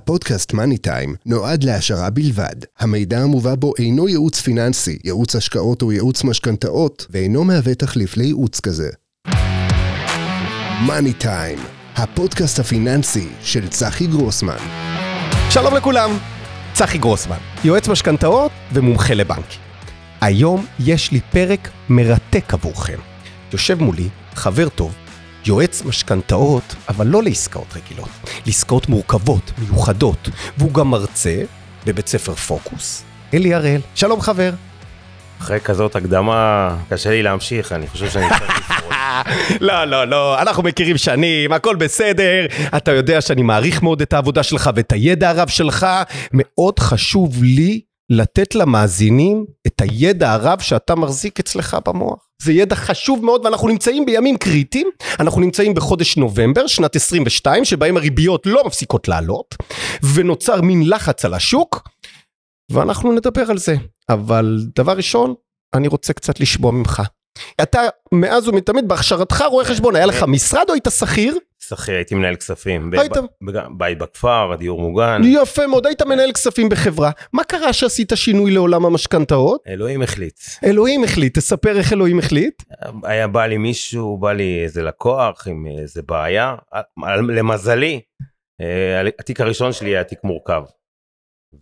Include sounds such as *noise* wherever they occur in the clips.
הפודקאסט מאני טיים נועד להשערה בלבד. המידע המובא בו אינו ייעוץ פיננסי, ייעוץ השקעות או ייעוץ משכנתאות, ואינו מהווה תחליף לייעוץ כזה. מאני טיים, הפודקאסט הפיננסי של צחי גרוסמן. שלום לכולם, צחי גרוסמן, יועץ משכנתאות ומומחה לבנק. היום יש לי פרק מרתק עבורכם. יושב מולי חבר טוב, יועץ משכנתאות, אבל לא לעסקאות רגילות, לעסקאות מורכבות, מיוחדות, והוא גם מרצה בבית ספר פוקוס, אלי הראל. שלום חבר. אחרי כזאת הקדמה, קשה לי להמשיך, אני חושב שאני צריך לפרוש. לא, לא, לא, אנחנו מכירים שנים, הכל בסדר. אתה יודע שאני מעריך מאוד את העבודה שלך ואת הידע הרב שלך. מאוד חשוב לי לתת למאזינים את הידע הרב שאתה מחזיק אצלך במוח. זה ידע חשוב מאוד ואנחנו נמצאים בימים קריטיים. אנחנו נמצאים בחודש נובמבר, שנת 22, שבהם הריביות לא מפסיקות לעלות, ונוצר מין לחץ על השוק, ואנחנו נדבר על זה. אבל דבר ראשון, אני רוצה קצת לשמוע ממך. אתה מאז ומתמיד בהכשרתך רואה כן, חשבון, היה לך משרד או היית שכיר? שכיר, הייתי מנהל כספים. היית? בב- בג- בית בכפר, דיור מוגן. יפה מאוד, היית מנהל כספים בחברה. מה קרה שעשית שינוי לעולם המשכנתאות? אלוהים החליט. אלוהים החליט, תספר איך אלוהים החליט. היה בא לי מישהו, בא לי איזה לקוח עם איזה בעיה. על- למזלי, אה, התיק הראשון שלי היה תיק מורכב.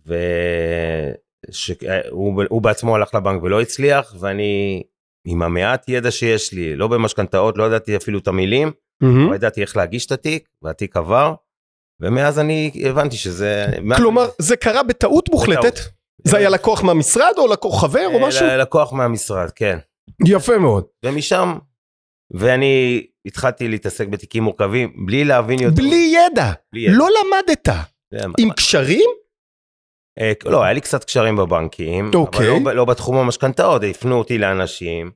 והוא אה, בעצמו הלך לבנק ולא הצליח, ואני, עם המעט ידע שיש לי, לא במשכנתאות, לא ידעתי אפילו את המילים, Hmm? לא Mm-hmm. ידעתי איך להגיש את התיק, והתיק עבר, ומאז אני הבנתי שזה... כלומר, זה קרה בטעות מוחלטת. בטעות. זה היה לקוח מהמשרד או לקוח חבר או משהו? אה, לקוח מהמשרד, כן. יפה מאוד. ומשם, ואני התחלתי להתעסק בתיקים מורכבים, בלי להבין יותר. בלי ידע, בלי ידע. לא למדת. זה- עם קשרים? אה, לא, היה לי קצת קשרים בבנקים, אוקיי. אבל לא, לא בתחום המשכנתאות, הפנו אותי לאנשים.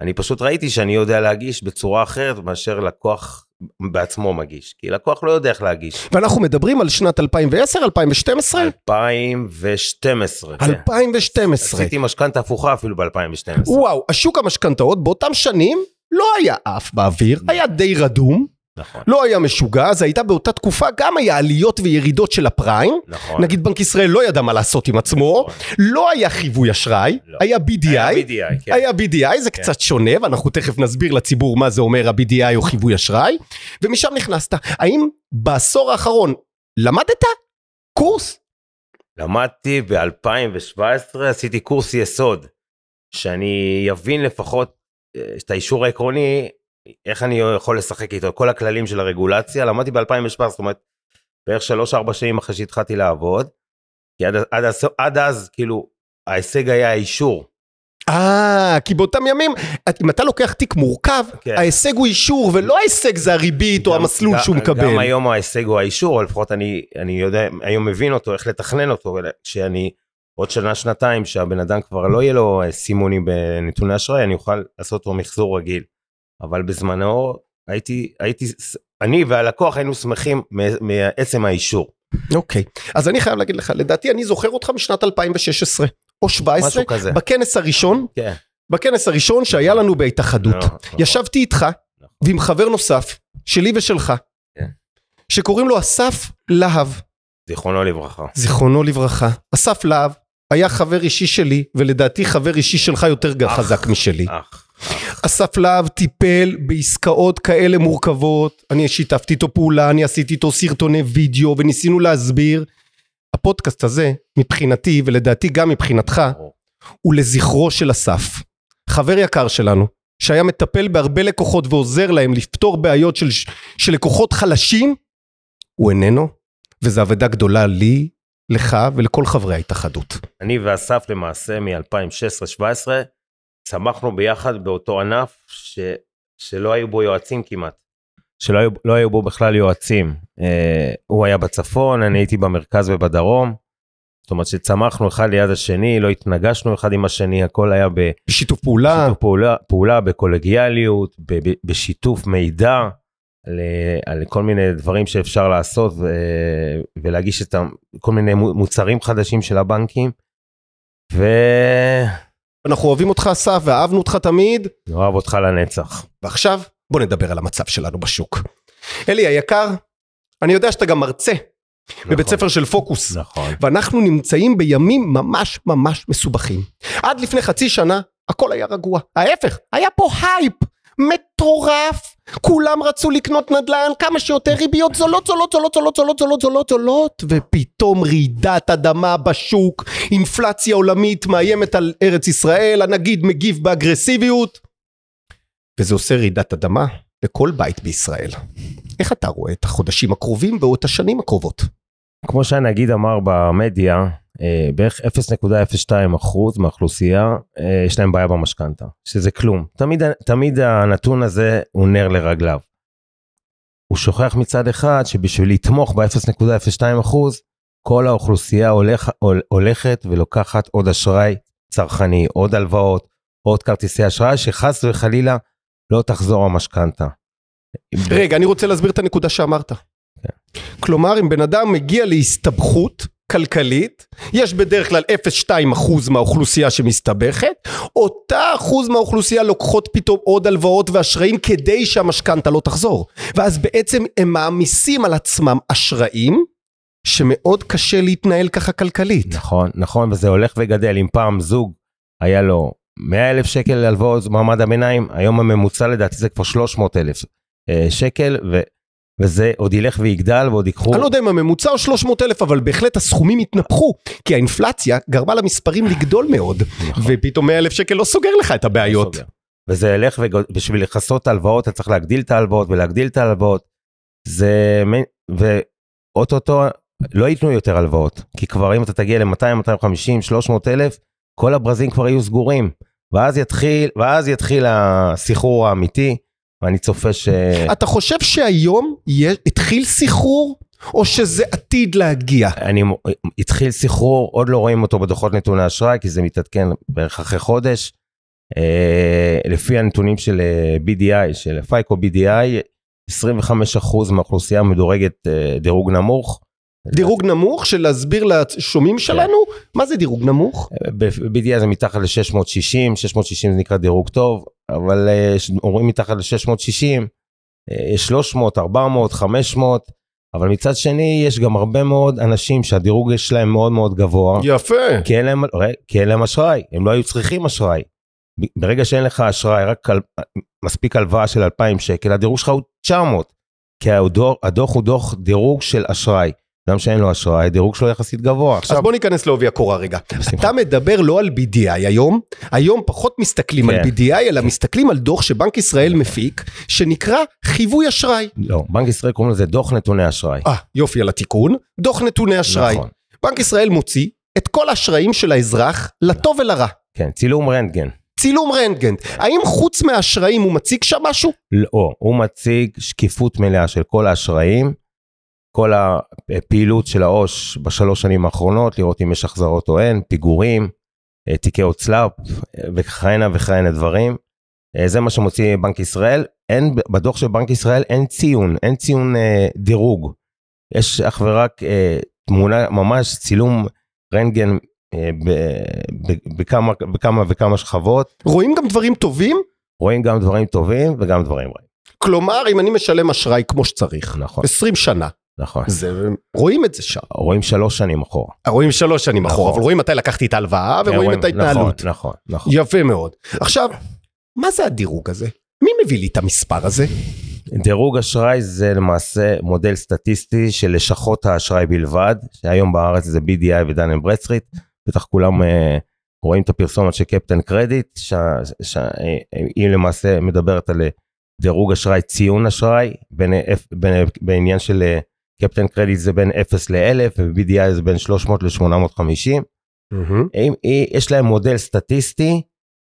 אני פשוט ראיתי שאני יודע להגיש בצורה אחרת מאשר לקוח בעצמו מגיש, כי לקוח לא יודע איך להגיש. ואנחנו מדברים על שנת 2010, 2012? כן. 2012. כן. 2012. עשיתי משכנתה הפוכה אפילו ב-2012. וואו, השוק המשכנתאות באותם שנים לא היה עף באוויר, היה די רדום, נכון, לא היה משוגע, זה הייתה באותה תקופה, גם היה עליות וירידות של הפריים. נכון. לא, נגיד בנק ישראל לא ידע מה לעשות עם עצמו, נכון. לא היה חיווי אשראי, לא. היה BDI, היה BDI, כן. היה BDI, זה קצת שונה, ואנחנו תכף נסביר לציבור מה זה אומר ה-BDI נכון. או חיווי אשראי, ומשם נכנסת. האם בעשור האחרון למדת קורס? למדתי ב-2017, עשיתי קורס יסוד, שאני אבין לפחות אה, את האישור העקרוני, איך אני יכול לשחק איתו, כל הכללים של הרגולציה, למדתי ב-2017, זאת אומרת, בערך שלוש-ארבע שנים אחרי שהתחלתי לעבוד, כי עד, עד, אז- עד אז, כאילו, ההישג היה האישור. אה, כי באותם ימים, את- אם אתה לוקח תיק מורכב, כן. ההישג הוא אישור, ולא ההישג זה הריבית או גם- המסלול גם- שהוא מקבל. גם היום ההישג הוא האישור, או לפחות אני, אני יודע, היום מבין אותו, איך לתכנן אותו, אלא שאני עוד שנה, שנתיים, שהבן אדם כבר לא יהיה לו אה, סימונים בנתוני אשראי, אני אוכל לעשות לו מחזור רגיל. אבל בזמנו הייתי, הייתי, ס- אני והלקוח היינו שמחים מ- מעצם האישור. אוקיי. אז אני חייב להגיד לך, לדעתי אני זוכר אותך משנת 2016 או 17, משהו כזה. בכנס הראשון, כן. בכנס הראשון שהיה לנו בהתאחדות. לא, נכון. ישבתי איתך נכון. ועם חבר נוסף, שלי ושלך, כן. שקוראים לו אסף להב, זיכרונו לברכה. זיכרונו לברכה. אסף להב היה חבר אישי שלי, ולדעתי חבר אישי שלך יותר ג- אח. חזק משלי. אח. אסף להב טיפל בעסקאות כאלה מורכבות, אני שיתפתי איתו פעולה, אני עשיתי איתו סרטוני וידאו וניסינו להסביר. הפודקאסט הזה, מבחינתי ולדעתי גם מבחינתך, הוא לזכרו של אסף. חבר יקר שלנו, שהיה מטפל בהרבה לקוחות ועוזר להם לפתור בעיות של, של לקוחות חלשים, הוא איננו, וזו אבדה גדולה לי, לך ולכל חברי ההתאחדות. אני ואסף למעשה מ-2016-2017 צמחנו ביחד באותו ענף ש... שלא היו בו יועצים כמעט. שלא היו, לא היו בו בכלל יועצים. אה, הוא היה בצפון, אני הייתי במרכז ובדרום. זאת אומרת שצמחנו אחד ליד השני, לא התנגשנו אחד עם השני, הכל היה בשיתוף בשיתוף פעולה, פעולה, פעולה בקולגיאליות, ב, ב, בשיתוף מידע, על, אה, על כל מיני דברים שאפשר לעשות ו, ולהגיש את ה- כל מיני מו- מוצרים חדשים של הבנקים. ונאהב אנחנו אוהבים אותך אסף ואהבנו אותך תמיד, אותך לנצח. ועכשיו בוא נדבר על המצב שלנו בשוק. אלי היקר, אני יודע שאתה גם מרצה בבית ספר של פוקוס. נכון. ואנחנו נמצאים בימים ממש ממש מסובכים. עד לפני חצי שנה הכל היה רגוע. ההפך, היה פה הייפ מטורף. כולם רצו לקנות נדל"ן, כמה שיותר ריביות זולות, זולות, זולות, זולות, זולות, זולות, זולות, זולות, ופתאום רעידת אדמה בשוק, אינפלציה עולמית מאיימת על ארץ ישראל, הנגיד מגיב באגרסיביות, וזה עושה רעידת אדמה לכל בית בישראל. איך אתה רואה את החודשים הקרובים או את השנים הקרובות? כמו שהנגיד אמר במדיה, אה, בערך 0.02 אחוז מהאוכלוסייה, אה, יש להם בעיה במשכנתה, שזה כלום. תמיד, ה- תמיד הנתון הזה הוא נר לרגליו. הוא שוכח מצד אחד שבשביל לתמוך ב-0.02 אחוז, כל האוכלוסייה הולך, הול- הולכת ולוקחת עוד אשראי צרכני, עוד הלוואות, עוד כרטיסי אשראי, שחס וחלילה לא תחזור המשכנתה. רגע, אני רוצה להסביר את הנקודה שאמרת. כלומר, אם בן אדם מגיע להסתבכות כלכלית, יש בדרך כלל 0.2% מהאוכלוסייה שמסתבכת, אותה אחוז מהאוכלוסייה לוקחות פתאום עוד הלוואות ואשראים כדי שהמשכנתה לא תחזור. ואז בעצם הם מעמיסים על עצמם אשראים, שמאוד קשה להתנהל ככה כלכלית. נכון, נכון, וזה הולך וגדל. אם פעם זוג היה לו 100 אלף שקל להלוואות מעמד הביניים, היום הממוצע לדעתי זה כבר 300 אלף אה, שקל, ו, וזה עוד ילך ויגדל ועוד ייקחו... אני לא יודע אם הממוצע הוא 300 אלף, אבל בהחלט הסכומים התנפחו, כי האינפלציה גרמה למספרים לגדול מאוד, נכון. לא ופתאום 100 אלף שקל לא סוגר לך את הבעיות. סוגר. וזה ילך, ובשביל לכסות את ההלוואות אתה צריך להגדיל את ההלוואות ולהגדיל את ההלוואות. זה... מ- ואו-טו-טו לא ייתנו יותר הלוואות, כי כבר אם אתה תגיע ל-200, 250, 300 אלף, כל הברזים כבר יהיו סגורים. ואז יתחיל, ואז יתחיל הסחרור האמיתי, ואני צופה ש... אתה חושב שהיום יש- התחיל סחרור, או שזה עתיד להגיע? אני, התחיל סחרור, עוד לא רואים אותו בדוחות נתוני אשראי, כי זה מתעדכן בערך אחרי חודש. אה, לפי הנתונים של אה, BDI, של פייקו BDI, 25% מהאוכלוסייה מדורגת אה, דירוג נמוך. דירוג נמוך של להסביר לשומעים כן. שלנו? מה זה דירוג נמוך? ב-BDI זה מתחת ל-660, 660 זה נקרא דירוג טוב, אבל אה, ש- אומרים מתחת ל-660, יש 300, 400, 500, אבל מצד שני יש גם הרבה מאוד אנשים שהדירוג שלהם מאוד מאוד גבוה. יפה. כי אין להם, ר- כי אין להם אשראי, הם לא היו צריכים אשראי. ב- ברגע שאין לך אשראי, רק על, מספיק הלוואה של 2,000 שקל, הדירוג שלך הוא 900. כי הדוח, הדוח הוא דוח דירוג של אשראי. אדם שאין לו אשראי, הדירוג שלו יחסית גבוה. אז עכשיו, בוא ניכנס לעובי הקורה רגע. בשמחה. אתה מדבר לא על BDI היום, היום פחות מסתכלים על כן. BDI, אלא מסתכלים על דוח שבנק ישראל מפיק, שנקרא חיווי אשראי. לא, בנק ישראל קוראים לזה דוח נתוני אשראי. אה, יופי על התיקון, דוח נתוני אשראי. נכון. בנק ישראל מוציא את כל האשראים של האזרח, לטוב ולרע. כן, צילום רנטגן. צילום רנטגן. האם חוץ מהאשראים הוא מציג שם משהו? לא, הוא מציג שקיפות מלאה של כל האשראים, כל הפעילות של העו"ש בשלוש שנים האחרונות, לראות אם יש החזרות או אין, פיגורים, אה, תיקי הוצל"פ אה, וכהנה וכהנה דברים. אה, זה מה שמוציא בנק ישראל. אין, בדוח של בנק ישראל אין ציון, אין ציון אה, דירוג. יש אך ורק אה, תמונה, ממש צילום רנטגן אה, ב- ב- בכמה, בכמה וכמה שכבות. רואים גם דברים טובים? רואים גם דברים טובים וגם דברים רעים. כלומר, אם אני משלם אשראי כמו שצריך, נכון, 20 שנה, נכון. זה, רואים את זה שם. רואים שלוש שנים אחורה. רואים שלוש שנים נכון. אחורה, כן, אבל רואים מתי לקחתי את ההלוואה ורואים את ההתנהלות. נכון, נכון, נכון. יפה מאוד. עכשיו, מה זה הדירוג הזה? מי מביא לי את המספר הזה? דירוג אשראי זה למעשה מודל סטטיסטי של לשכות האשראי בלבד, שהיום בארץ זה BDI ודן אנד ברדסטריט, בטח כולם אה, רואים את הפרסומת של קפטן קרדיט, שהיא למעשה מדברת על אה, דירוג אשראי, ציון אשראי, בין, אה, אפ- בין- בעניין של אה, קפטן קרדיט זה בין 0 ל-1000 וב-BDI זה בין 300 ל-850. אם היא- יש להם מודל סטטיסטי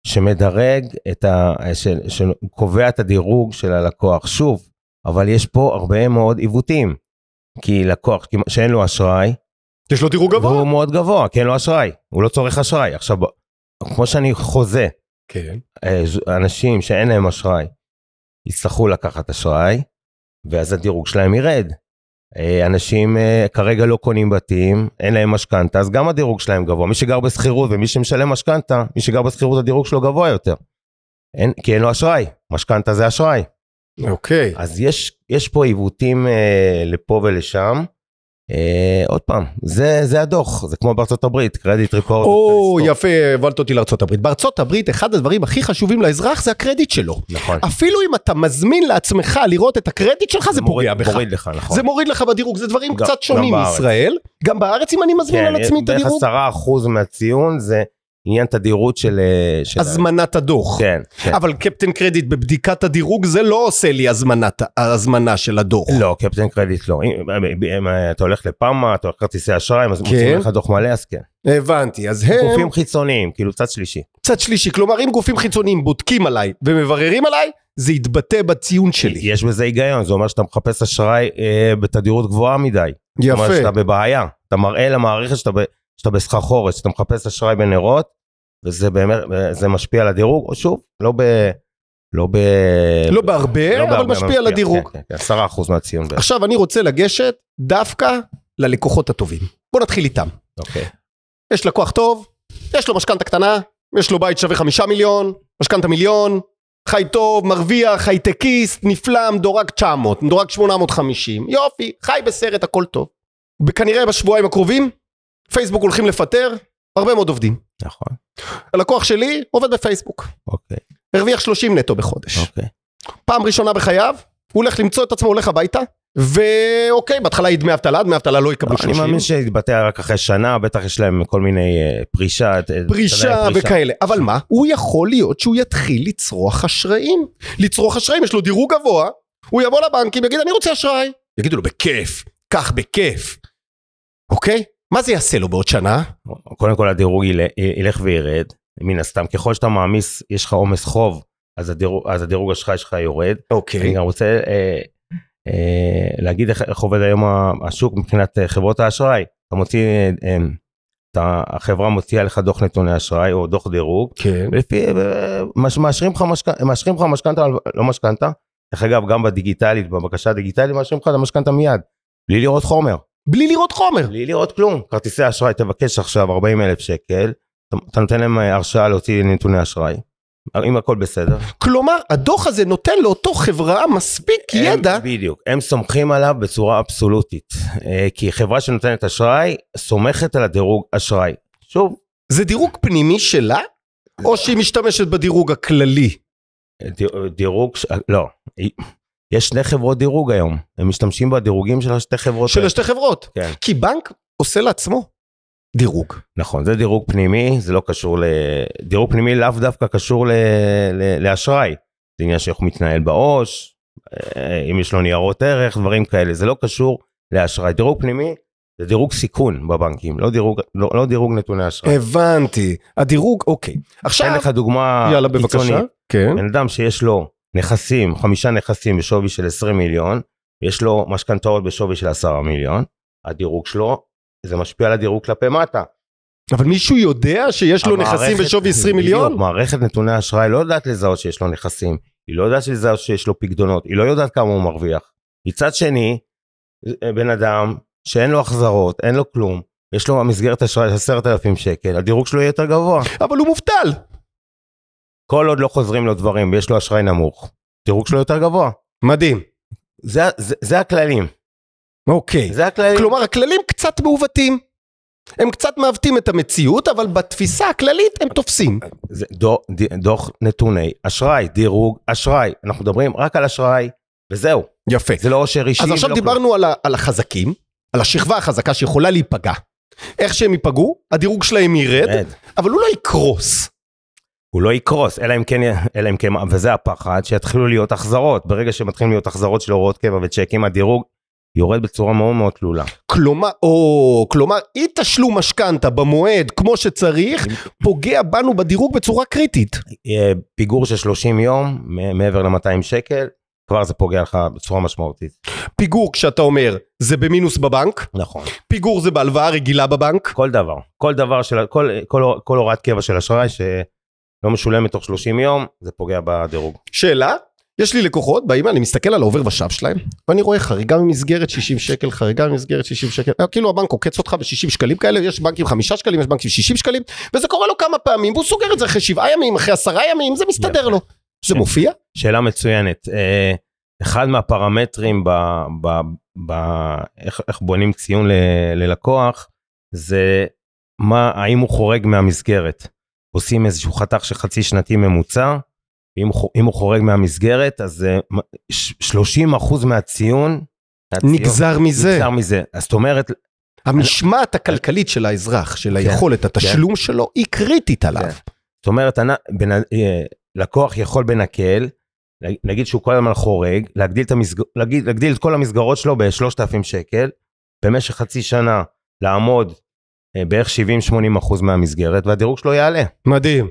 שמדרג את ה... של, שקובע את הדירוג של הלקוח. שוב, אבל יש פה הרבה מאוד עיוותים. כי לקוח כמעט- שאין לו אשראי, יש לו דירוג והוא גבוה. מאוד גבוה, כי אין לו אשראי, הוא לא צורך אשראי. עכשיו, ב- כמו שאני חוזה, כן. אה, ז- אנשים שאין להם אשראי יצטרכו לקחת אשראי, ואז הדירוג שלהם ירד. אה, אנשים אה, כרגע לא קונים בתים, אין להם משכנתה, אז גם הדירוג שלהם גבוה. מי שגר בשכירות ומי שמשלם משכנתה, מי שגר בשכירות הדירוג שלו גבוה יותר. אין, כי אין לו אשראי, משכנתה זה אשראי. אוקיי. אז יש, יש פה עיוותים אה, לפה ולשם, אה, עוד פעם, זה, זה הדוח, זה כמו בארצות הברית, קרדיט ריקורד. או, יפה, הבנת אותי לארצות הברית. בארצות הברית, אחד הדברים הכי חשובים לאזרח זה הקרדיט שלו. נכון. אפילו אם אתה מזמין לעצמך לראות את הקרדיט שלך, אה, זה מוריד- פוגע בך. מוריד לך, נכון. זה מוריד לך בדירוג, זה דברים גם- קצת גם שונים בארץ. כן, מישראל. גם בארץ, אם אני מזמין על עצמי את בערך הדירוג, עשרה אחוז מהציון זה עניין תדירות של... אה, של הזמנת הדוח. כן, כן. אבל קפטן קרדיט בבדיקת הדירוג זה לא עושה לי הזמנת, הזמנה של הדוח. לא, קפטן קרדיט לא. אם, אם, אם אה, אתה הולך לפאמה, אתה הולך לכרטיסי אשראי, אז מוצאים לך דוח מלא, אז כן. הבנתי, אז הם גופים חיצוניים, כאילו צד שלישי. צד שלישי, כלומר אם גופים חיצוניים בודקים עליי ומבררים עליי, זה יתבטא בציון שלי. יש בזה היגיון, זה אומר שאתה מחפש אשראי אה, בתדירות גבוהה מדי. זאת אומרת שאתה בבעיה. אתה מראה למערכת שאתה, ב, שאתה בסחרחורת, שאתה מחפש אשראי בנרות, וזה באמת, אה, זה משפיע על הדירוג, או שוב, לא ב... לא ב... לא בהרבה, אבל משפיע על הדירוג. כן, כן, כן, 10% מהציון בערך. עכשיו אני רוצה לגשת דווקא ללקוחות הטובים. בוא נתחיל איתם. אוקיי. יש לקוח טוב, יש לו משכנתה קטנה, יש לו בית שווה חמישה מיליון, משכנתה מיליון, חי טוב, מרוויח, הייטקיסט, נפלא, מדורג 900, מדורג 850, יופי, חי בסרט, הכל טוב. וכנראה בשבועיים הקרובים, פייסבוק הולכים לפטר הרבה מאוד עובדים. נכון, הלקוח שלי עובד בפייסבוק, אוקיי, הרוויח 30 נטו בחודש. אוקיי. פעם ראשונה בחייו, הוא הולך למצוא את עצמו, הולך הביתה, ואוקיי, בהתחלה יהיה דמי אבטלה, דמי אבטלה לא יקבלו 30. אני מאמין שיתבטא רק אחרי שנה, בטח יש להם כל מיני אה, פרישה. את- את- פרישה אתה יודע, כן. וכאלה. אבל מה? הוא יכול להיות שהוא יתחיל לצרוך אשראים. לצרוך אשראים, יש לו דירוג גבוה, הוא יבוא לבנקים, יגיד, אני רוצה אשראי. יגידו לו, בכיף, קח בכיף. אוקיי? מה זה יעשה לו בעוד שנה? קודם כל הדירוג יל- ילך וירד, מן הסתם. ככל שאתה מעמיס, יש לך עומס חוב, אז הדירוג- אז הדירוג אשראי שלך יורד. אני אוקיי. גם רוצה אה, אה, להגיד איך איך עובד היום ה- השוק מבחינת אה, חברות האשראי. אתה מוציא, אה, אה, אתה- החברה מוציאה לך דוח נתוני אשראי או דוח דירוג, כן. ולפי, אה, מש- מאשרים לך משכנתה, מאשרים לך משכנתה, לא משכנתה, דרך אגב גם בדיגיטלית, בבקשה הדיגיטלית, מאשרים לך את המשכנתה מיד, בלי לראות חומר, בלי לראות חומר. בלי לראות כלום. כרטיסי אשראי, תבקש עכשיו 40 אלף שקל, אתה- אתה נותן להם אה, הרשאה להוציא נתוני אשראי, אם הכל בסדר. כלומר, הדוח הזה נותן לאותו חברה מספיק ידע. הם, בדיוק, הם סומכים עליו בצורה אבסולוטית. אה, כי חברה שנותנת אשראי, סומכת על הדירוג אשראי. שוב, זה דירוג פנימי שלה, או שהיא משתמשת בדירוג הכללי? ד- דירוג, ש- לא, יש שני חברות דירוג היום. הם משתמשים בדירוגים של השתי חברות. של האלה. השתי חברות. כן. כי בנק עושה לעצמו דירוג. נכון, זה דירוג פנימי, זה לא קשור ל... דירוג פנימי לאו דווקא קשור ל... ל... לאשראי. זה עניין של איך הוא מתנהל בעו"ש, אה, אם יש לו ניירות ערך, דברים כאלה. זה לא קשור לאשראי. דירוג פנימי זה דירוג סיכון בבנקים, לא דירוג, לא, לא דירוג נתוני אשראי. הבנתי. הדירוג, אוקיי. אתן אה, עכשיו, לך אה, דוגמה יאללה בבקשה. קיצונית. כן. בן אדם שיש לו נכסים, חמישה נכסים בשווי של 20 מיליון, יש לו משכנתאות בשווי של 10 מיליון, הדירוג שלו, זה משפיע על הדירוג כלפי מטה. אבל מישהו יודע שיש לו נכסים המערכת- בשווי 20 בדיוק, מיליון? מערכת נתוני אשראי לא יודעת לזהות שיש לו נכסים, היא לא יודעת לזהות שיש לו פקדונות, היא לא יודעת כמה הוא מרוויח. מצד שני, אה, בן אדם שאין לו החזרות, אין לו כלום, יש לו מסגרת אשראי של 10,000 שקל, הדירוג שלו יהיה יותר גבוה. אבל הוא מובטל. כל עוד לא חוזרים לו דברים ויש לו אשראי נמוך, דירוג שלו יותר גבוה. מדהים. זה, זה, זה הכללים, אוקיי. זה הכללים. כלומר, הכללים קצת מעוותים. הם קצת מעוותים את המציאות, אבל בתפיסה הכללית הם תופסים. זה דוח, דוח נתוני אשראי, דירוג אשראי. אנחנו מדברים רק על אשראי, וזהו. יפה. זה לא עושר אישי. אז עכשיו ולא כלום. דיברנו על, ה- על החזקים, על השכבה החזקה שיכולה להיפגע. איך שהם ייפגעו, הדירוג שלהם ירד, באמת. אבל הוא לא יקרוס. הוא לא יקרוס, אלא אם כן, אלא אם כן, וזה הפחד, שיתחילו להיות החזרות. ברגע שמתחילים להיות החזרות של הוראות קבע וצ'קים, הדירוג יורד בצורה מאוד מאוד תלולה. כלומר, או, כלומר, אי תשלום משכנתה במועד כמו שצריך, פוגע בנו בדירוג בצורה קריטית. אה, פיגור של 30 יום, מ- מעבר ל-200 שקל, כבר זה פוגע לך בצורה משמעותית. פיגור, כשאתה אומר, זה במינוס בבנק, נכון. פיגור זה בהלוואה רגילה בבנק, כל דבר, כל דבר של, כל, כל, כל הוראת קבע של אשראי שלא משולמת תוך 30 יום, זה פוגע בדירוג. שאלה, יש לי לקוחות, באים, אני מסתכל על העובר ושב שלהם, ואני רואה חריגה ממסגרת 60 שקל, חריגה ממסגרת 60 שקל, אה, כאילו הבנק עוקץ אותך ב-60 שקלים כאלה, יש בנקים 5 שקלים, יש בנקים 60 שקלים, וזה קורה לו כמה פעמים, והוא סוגר את זה אחרי 7 ימים, אחרי 10 ימים, זה מסתדר יפה. לו. זה מופיע? שאלה מצוינת, אה, אחד מהפרמטרים ב, ב, ב... איך, איך בונים ציון ל, ללקוח, זה מה, האם הוא חורג מהמסגרת. עושים איזשהו חתך של חצי שנתי ממוצע, אם, הוא- אם הוא חורג מהמסגרת, אז זה מ- ש- 30% מהציון, מהציון נגזר מזה. נגזר מזה. אז זאת אומרת, המשמעת הכלכלית של האזרח, של כן, היכולת, התשלום שלו, היא קריטית עליו. זאת אומרת, אנ- בנ- אה, לקוח יכול בנקל, נג- נגיד שהוא כל הזמן חורג, להגדיל את, המסג... להגיד, להגדיל את כל המסגרות שלו ב-3,000 שקל, במשך חצי שנה לעמוד אה, בערך 70-80 אחוז מהמסגרת, והדירוג שלו יעלה. מדהים.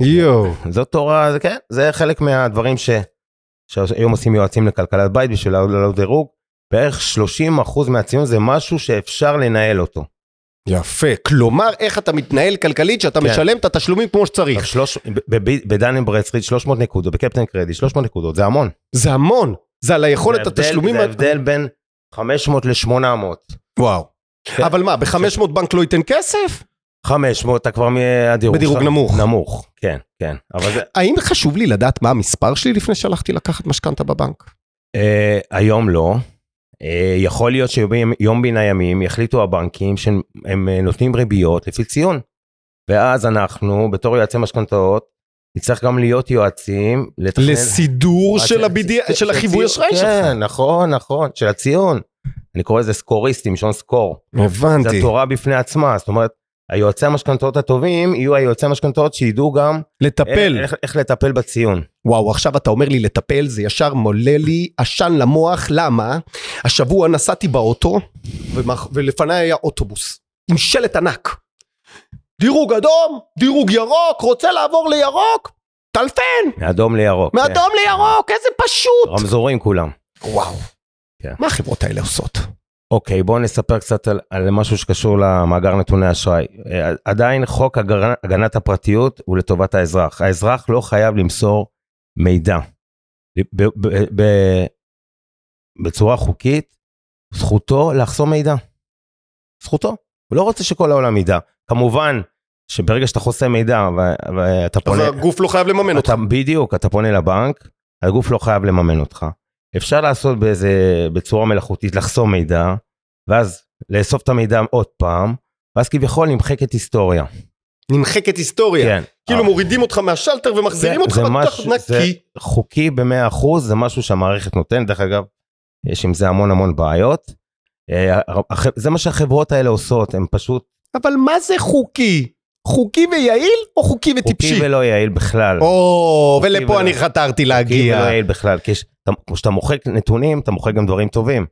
יואו. זאת תורה, זה כן, זה חלק מהדברים ש... שהיום עושים יועצים לכלכלת בית בשביל לעלות דירוג, בערך 30 אחוז מהציון זה משהו שאפשר לנהל אותו. יפה. כלומר, איך אתה מתנהל כלכלית שאתה כן. משלם את התשלומים כמו עכשיו, שצריך. שלוש- ב- ב- בדן ברדסטריט 300 נקודות, בקפטן קרדיט 300 נקודות, זה המון. זה המון. זה על היכולת זה הבדל- התשלומים... זה הבדל בין 500 ל-800. וואו. כן. אבל מה, ב-500 בנק לא ייתן כסף? 500 אתה כבר מהדירוג בדירוג נמוך. נמוך, כן, כן. אבל זה, האם חשוב לי לדעת מה המספר שלי לפני שהלכתי לקחת משכנתה בבנק? *laughs* אה, היום לא. אה, יכול להיות שיום בין הימים יחליטו הבנקים שהם הם, אה, נותנים ריביות לפי ציון. ואז אנחנו, בתור יועצי משכנתאות, נצטרך גם להיות יועצים לתכנן... לסידור של ה-BD- של החיווי הציון- אשראי שלך. כן, נכון, נכון, של הציון. אני קורא לזה סקוריסטים, שעון סקור. זה הבנתי. תורה בפני עצמה, זאת אומרת, היועצי המשכנתאות הטובים יהיו היועצי המשכנתאות שידעו גם לטפל. איך, איך, איך לטפל בציון. וואו, עכשיו אתה אומר לי לטפל, זה ישר מולה לי עשן למוח, למה? השבוע נסעתי באוטו, ומח... ולפניי היה אוטובוס, עם שלט ענק. דירוג אדום, דירוג ירוק, רוצה לעבור לירוק? טלפן, מאדום לירוק. כן. מאדום לירוק, איזה פשוט! רמזורים כולם. וואו. כן. מה החברות האלה עושות? אוקיי, בואו נספר קצת על, על משהו שקשור למאגר נתוני אשראי. אה, עדיין חוק הגר- הגנת הפרטיות הוא לטובת האזרח. האזרח לא חייב למסור מידע. ב, ב, ב, ב, בצורה חוקית, זכותו לחסום מידע. זכותו. הוא לא רוצה שכל העולם ידע. כמובן שברגע שאתה חוסם מידע ו, ואתה אז פונה... הגוף לא חייב לממן אותך. אתה, בדיוק, אתה פונה לבנק, הגוף לא חייב לממן אותך. אפשר לעשות באיזה, בצורה מלאכותית, לחסום מידע, ואז לאסוף את המידע עוד פעם, ואז כביכול נמחקת היסטוריה. נמחקת היסטוריה. כן. כן. כאילו אבל מורידים אותך מהשלטר ומחזירים זה- אותך זה בתחת משהו- זה- נקי. אה, חוקי ב-100% זה משהו שהמערכת נותנת, דרך אגב, יש עם זה המון המון בעיות. אה, הח- זה מה שהחברות האלה עושות, הן פשוט אבל מה זה חוקי? חוקי ויעיל או חוקי וטיפשי? חוקי ולא יעיל בכלל. או, אותי ולפה ולא- אני חתרתי חוקי להגיע. ולא כאילו לא יעיל בכלל, כי יש- אתה- כשאתה מוחק נתונים, אתה מוחק גם דברים טובים.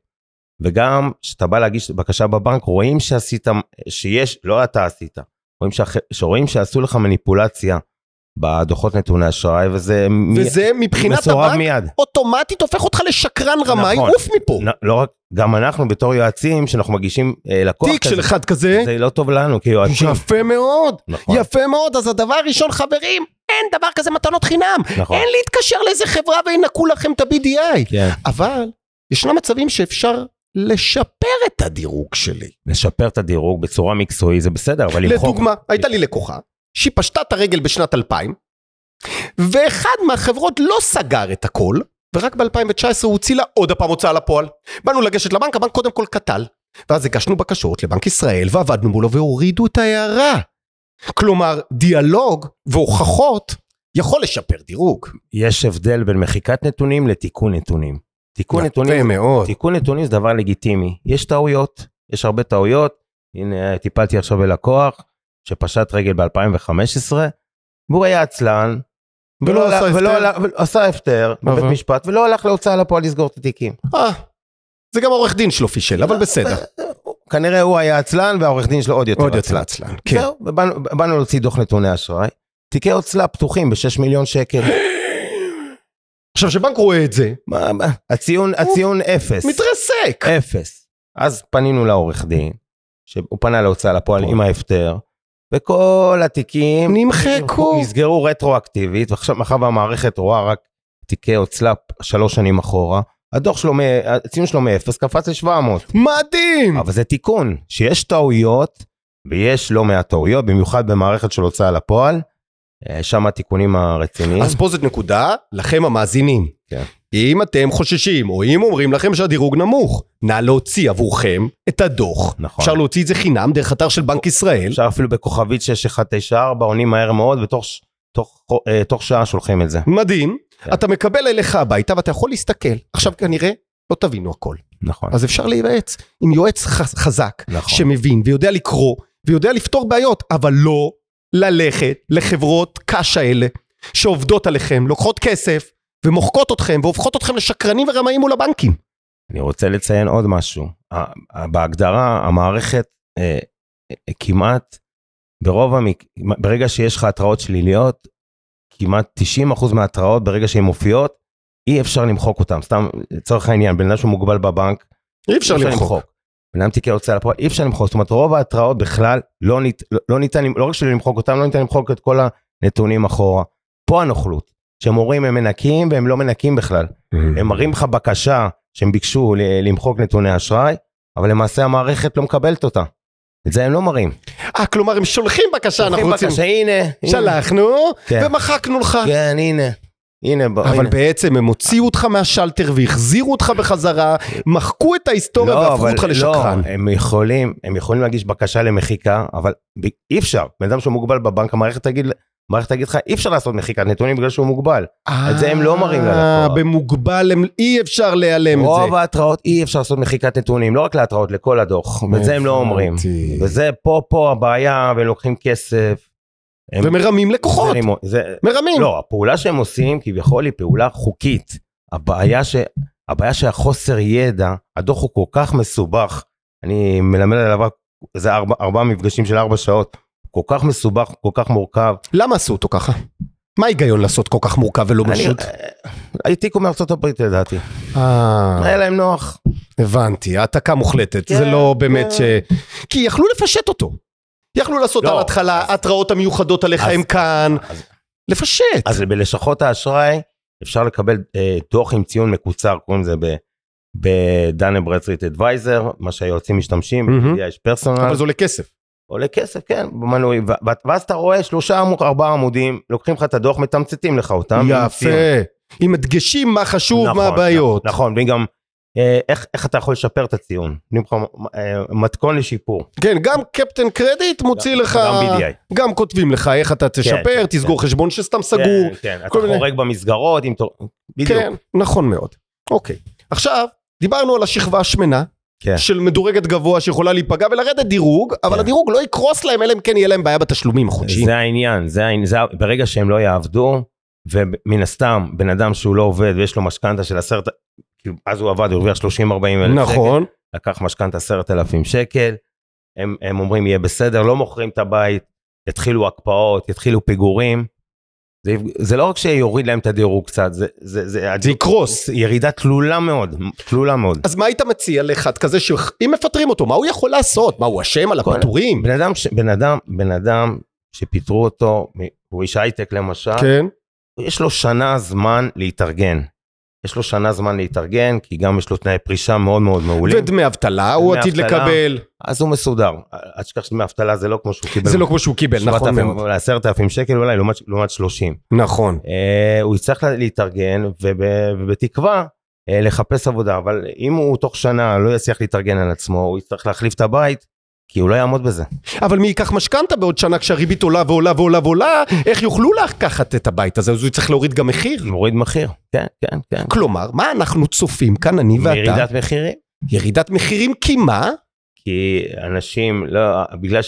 וגם כשאתה בא להגיש בקשה בבנק, רואים שעשית, שיש, לא אתה עשית, רואים שאח, שרואים שעשו לך מניפולציה בדוחות נתוני אשראי, וזה, מ- וזה מבחינת מסורב הבנק מיד. אוטומטית הופך אותך לשקרן רמאי, נכון. עוף מפה. נ, לא רק, גם אנחנו בתור יועצים, שאנחנו מגישים אה, לקוח תיק כזה, של אחד כזה, זה לא טוב לנו כיועצים. יפה מאוד, נכון, יפה מאוד. אז הדבר הראשון, חברים, אין דבר כזה מתנות חינם. נכון. אין להתקשר לאיזה חברה וינקו לכם את ה-BDI. כן. אבל ישנם מצבים שאפשר לשפר את הדירוג שלי. לשפר את הדירוג בצורה מקצועית זה בסדר, אבל למחוק, לדוגמה, הייתה לי לקוחה שהיא פשטה את הרגל בשנת 2000, ואחד מהחברות לא סגר את הכל, ורק ב-2019 הוא הוציא לה עוד הפעם הוצאה לפועל. באנו לגשת לבנק, הבנק קודם כל קטל, ואז הגשנו בקשות לבנק ישראל, ועבדנו מולו והורידו את ההערה. כלומר, דיאלוג והוכחות יכול לשפר דירוג. יש הבדל בין מחיקת נתונים לתיקון נתונים. תיקון נתונים יפה מאוד. תיקון נתונים זה דבר לגיטימי. יש טעויות, יש הרבה טעויות. הנה, טיפלתי עכשיו בלקוח שפשט רגל ב-2015, והוא היה עצלן, ולא עשה הלך- ולא הפטר. אוקיי. הלך- ולא- עשה הפטר בבית אבל. משפט, ולא הלך להוצאה לפועל לסגור את התיקים. אה, זה גם העורך דין שלו פישל, אבל בסדר. כנראה הוא היה עצלן והעורך דין שלו עוד יותר עוד יצא עצלן, כן. זהו, ובאנו באנו להוציא דוח נתוני אשראי. תיקי הוצלה פתוחים ב-6 מיליון *gasps* שקל. עכשיו, כשבנק רואה את זה, מה- מה- הציון, הציון אפס. מתרסק. אפס. אז פנינו לעורך דין, שהוא פנה להוצאה לפועל עם ההפטר, וכל התיקים נמחקו. נסגרו רטרואקטיבית, ועכשיו מאחר והמערכת רואה רק תיקי הוצל"פ שלוש שנים אחורה, הדוח שלו, מ- הציון שלו מאפס *laughs* קפץ ל-700. מדהים! אבל זה תיקון, שיש טעויות, ויש לא מעט טעויות, במיוחד במערכת של הוצאה לפועל, אה, שם התיקונים הרציניים. אז פה זאת נקודה לכם המאזינים. כן. אם אתם חוששים, או אם אומרים לכם שהדירוג נמוך, נא להוציא עבורכם את הדוח. נכון. אפשר להוציא את זה חינם דרך אתר של בנק ישראל. אפשר אפילו בכוכבית 6194, עונים מהר מאוד, ותוך ש- תוך, אה, תוך שעה שולחים את זה. מדהים. כן. אתה מקבל אליך הביתה ואתה יכול להסתכל. עכשיו כנראה לא תבינו הכל. נכון. אז אפשר להיוועץ עם יועץ ח- חזק, נכון. שמבין ויודע לקרוא ויודע לפתור בעיות, אבל לא ללכת לחברות קש האלה שעובדות עליכם, לוקחות כסף ומוחקות אתכם והופכות אתכם לשקרנים ורמאים מול הבנקים. אני רוצה לציין עוד משהו. ה- ה- בהגדרה, המערכת אה, אה, כמעט, ברוב המק... ברגע שיש לך התראות שליליות, כמעט 90% מההתראות, ברגע שהן מופיעות, אי אפשר למחוק אותן. סתם, לצורך העניין, בן אדם שהוא מוגבל בבנק, אי אפשר אי למחוק. בן אדם תיקי הוצאה לפועל, אי אפשר למחוק. זאת אומרת, רוב ההתראות בכלל, לא, נית, לא, לא ניתן, לא רק שלא למחוק אותם, לא ניתן למחוק את כל הנתונים אחורה. פה הנוכלות, שהם אומרים הם מנקים והם לא מנקים בכלל. הם מראים לך בקשה שהם ביקשו ל- למחוק נתוני אשראי, אבל למעשה המערכת לא מקבלת אותה. את זה הם לא מראים. אה, כלומר הם שולחים בקשה, אנחנו שולחים רוצים... בקשה, הנה. הנה. שלחנו כן. ומחקנו לך. כן, הנה. הנה, בוא, אבל Oh, הנה. בעצם הם הוציאו אותך מהשלטר והחזירו אותך בחזרה, מחקו את ההיסטוריה והפכו לא, אבל אותך לשקרן. לא, הם יכולים, הם יכולים להגיש בקשה למחיקה, אבל ב- אי אפשר. בן אדם שהוא מוגבל בבנק, המערכת תגיד, המערכת תגיד לך, אי אפשר לעשות מחיקת נתונים בגלל שהוא מוגבל. את זה הם לא מראים ללקוח. אה, במוגבל הם- אי אפשר להיעלם את זה. רוב ההתראות אי אפשר לעשות מחיקת נתונים, לא רק להתראות, לכל הדוח. ואת זה הם לא אומרים. הבנתי. וזה פה, פה הבעיה, והם לוקחים כסף. הם- ומרמים לקוחות, זה רימו- זה- מרמים. לא, הפעולה שהם עושים כביכול היא פעולה חוקית. הבעיה, ש... הבעיה שהחוסר ידע, הדוח הוא כל כך מסובך, אני מלמד עליו רק איזה ארבע, ארבעה מפגשים של ארבע שעות, הוא כל כך מסובך, כל כך מורכב. למה עשו אותו ככה? מה ההיגיון לעשות כל כך מורכב ולא אני- פשוט? אה, העתיקו מארצות הברית לדעתי, אה, היה להם נוח. הבנתי, העתקה מוחלטת, כן, זה לא באמת כן. ש... כי יכלו לפשט אותו. יכלו לעשות לא, על ההתחלה, אז- התראות המיוחדות עליך אז- הם כאן, אז- לפשט. אז בלשכות האשראי אפשר לקבל אה, דוח עם ציון מקוצר, קוראים לזה ב- בדן ברדסטריט אדוויזר, מה שהיועצים משתמשים, מהמם. יש פרסונל. אבל זה עולה כסף. עולה כסף, כן, במנוי, ו- ו- ואז אתה רואה שלושה עמוד, ארבעה עמודים, לוקחים לך את הדוח, מתמצתים לך אותם. נכון, יפה. ומציעים. עם הדגשים מה חשוב, נכון, מה הבעיות. נכון, וגם אה, איך, איך אתה יכול לשפר את הציון, נותנים לך אה, מתכון לשיפור. כן, גם קפטן קרדיט מוציא נכון. גם- לך, גם BDI. גם כותבים לך איך אתה תשפר, כן, תסגור חשבון שסתם סגור. כן, כן, אתה כל מיני- חורג במסגרות, אם אתה... בדיוק. כן, נכון מאוד. אוקיי. עכשיו, דיברנו על השכבה השמנה, כן. של מדורגת גבוה שיכולה להיפגע ולרדת דירוג, אבל כן. הדירוג לא יקרוס להם, אלא אם כן יהיה להם בעיה בתשלומים החודשיים. זה העניין, זה, העניין, זה ה- ברגע שהם לא יעבדו, ומן הסתם, בן אדם שהוא לא עובד ויש לו משכנתה של עשרת, כאילו, אז הוא עבד, הוא הרוויח 30-40 אלף שקל. נכון. לקח משכנתה 10,000 שקל, הם, הם אומרים יהיה בסדר, לא מוכרים את הבית, יתחילו הקפאות, יתחילו פיגורים. זה, יפ- זה לא רק שיוריד להם את הדירוג קצת, זה, זה, זה, זה יקרוס. ירידה תלולה מאוד, תלולה מאוד. אז מה היית מציע לאחד כזה שאם מפטרים אותו, מה הוא יכול לעשות? מה, הוא אשם על כל- הפיטורים? בן אדם, ש- בן אדם, בן אדם שפיטרו אותו, מ- הוא איש הייטק למשל, כן. יש לו שנה זמן להתארגן. יש לו שנה זמן להתארגן, כי גם יש לו תנאי פרישה מאוד מאוד מעולים, ודמי אבטלה הוא דמי עתיד אבטלה. לקבל. אז הוא מסודר. אל תשכח שדמי אבטלה זה לא כמו שהוא קיבל. זה לא כמו שהוא קיבל, נכון מאוד. לעשרת אלפים שקל אולי לעומת, לעומת 30. נכון. אה, הוא יצטרך לה- להתארגן וב, ובתקווה אה, לחפש עבודה אבל אם הוא תוך שנה לא יצליח להתארגן על עצמו הוא יצטרך להחליף את הבית כי הוא לא יעמוד בזה. אבל מי ייקח משכנתה בעוד שנה כשהריבית עולה ועולה ועולה ועולה, איך יוכלו לקחת את הבית הזה? אז הוא יצטרך להוריד גם מחיר. מוריד מחיר. כן כן כן. כלומר, מה אנחנו צופים כאן, אני ואתה? ירידת מחירים. ירידת מחירים כי מה? כי אנשים לא בגלל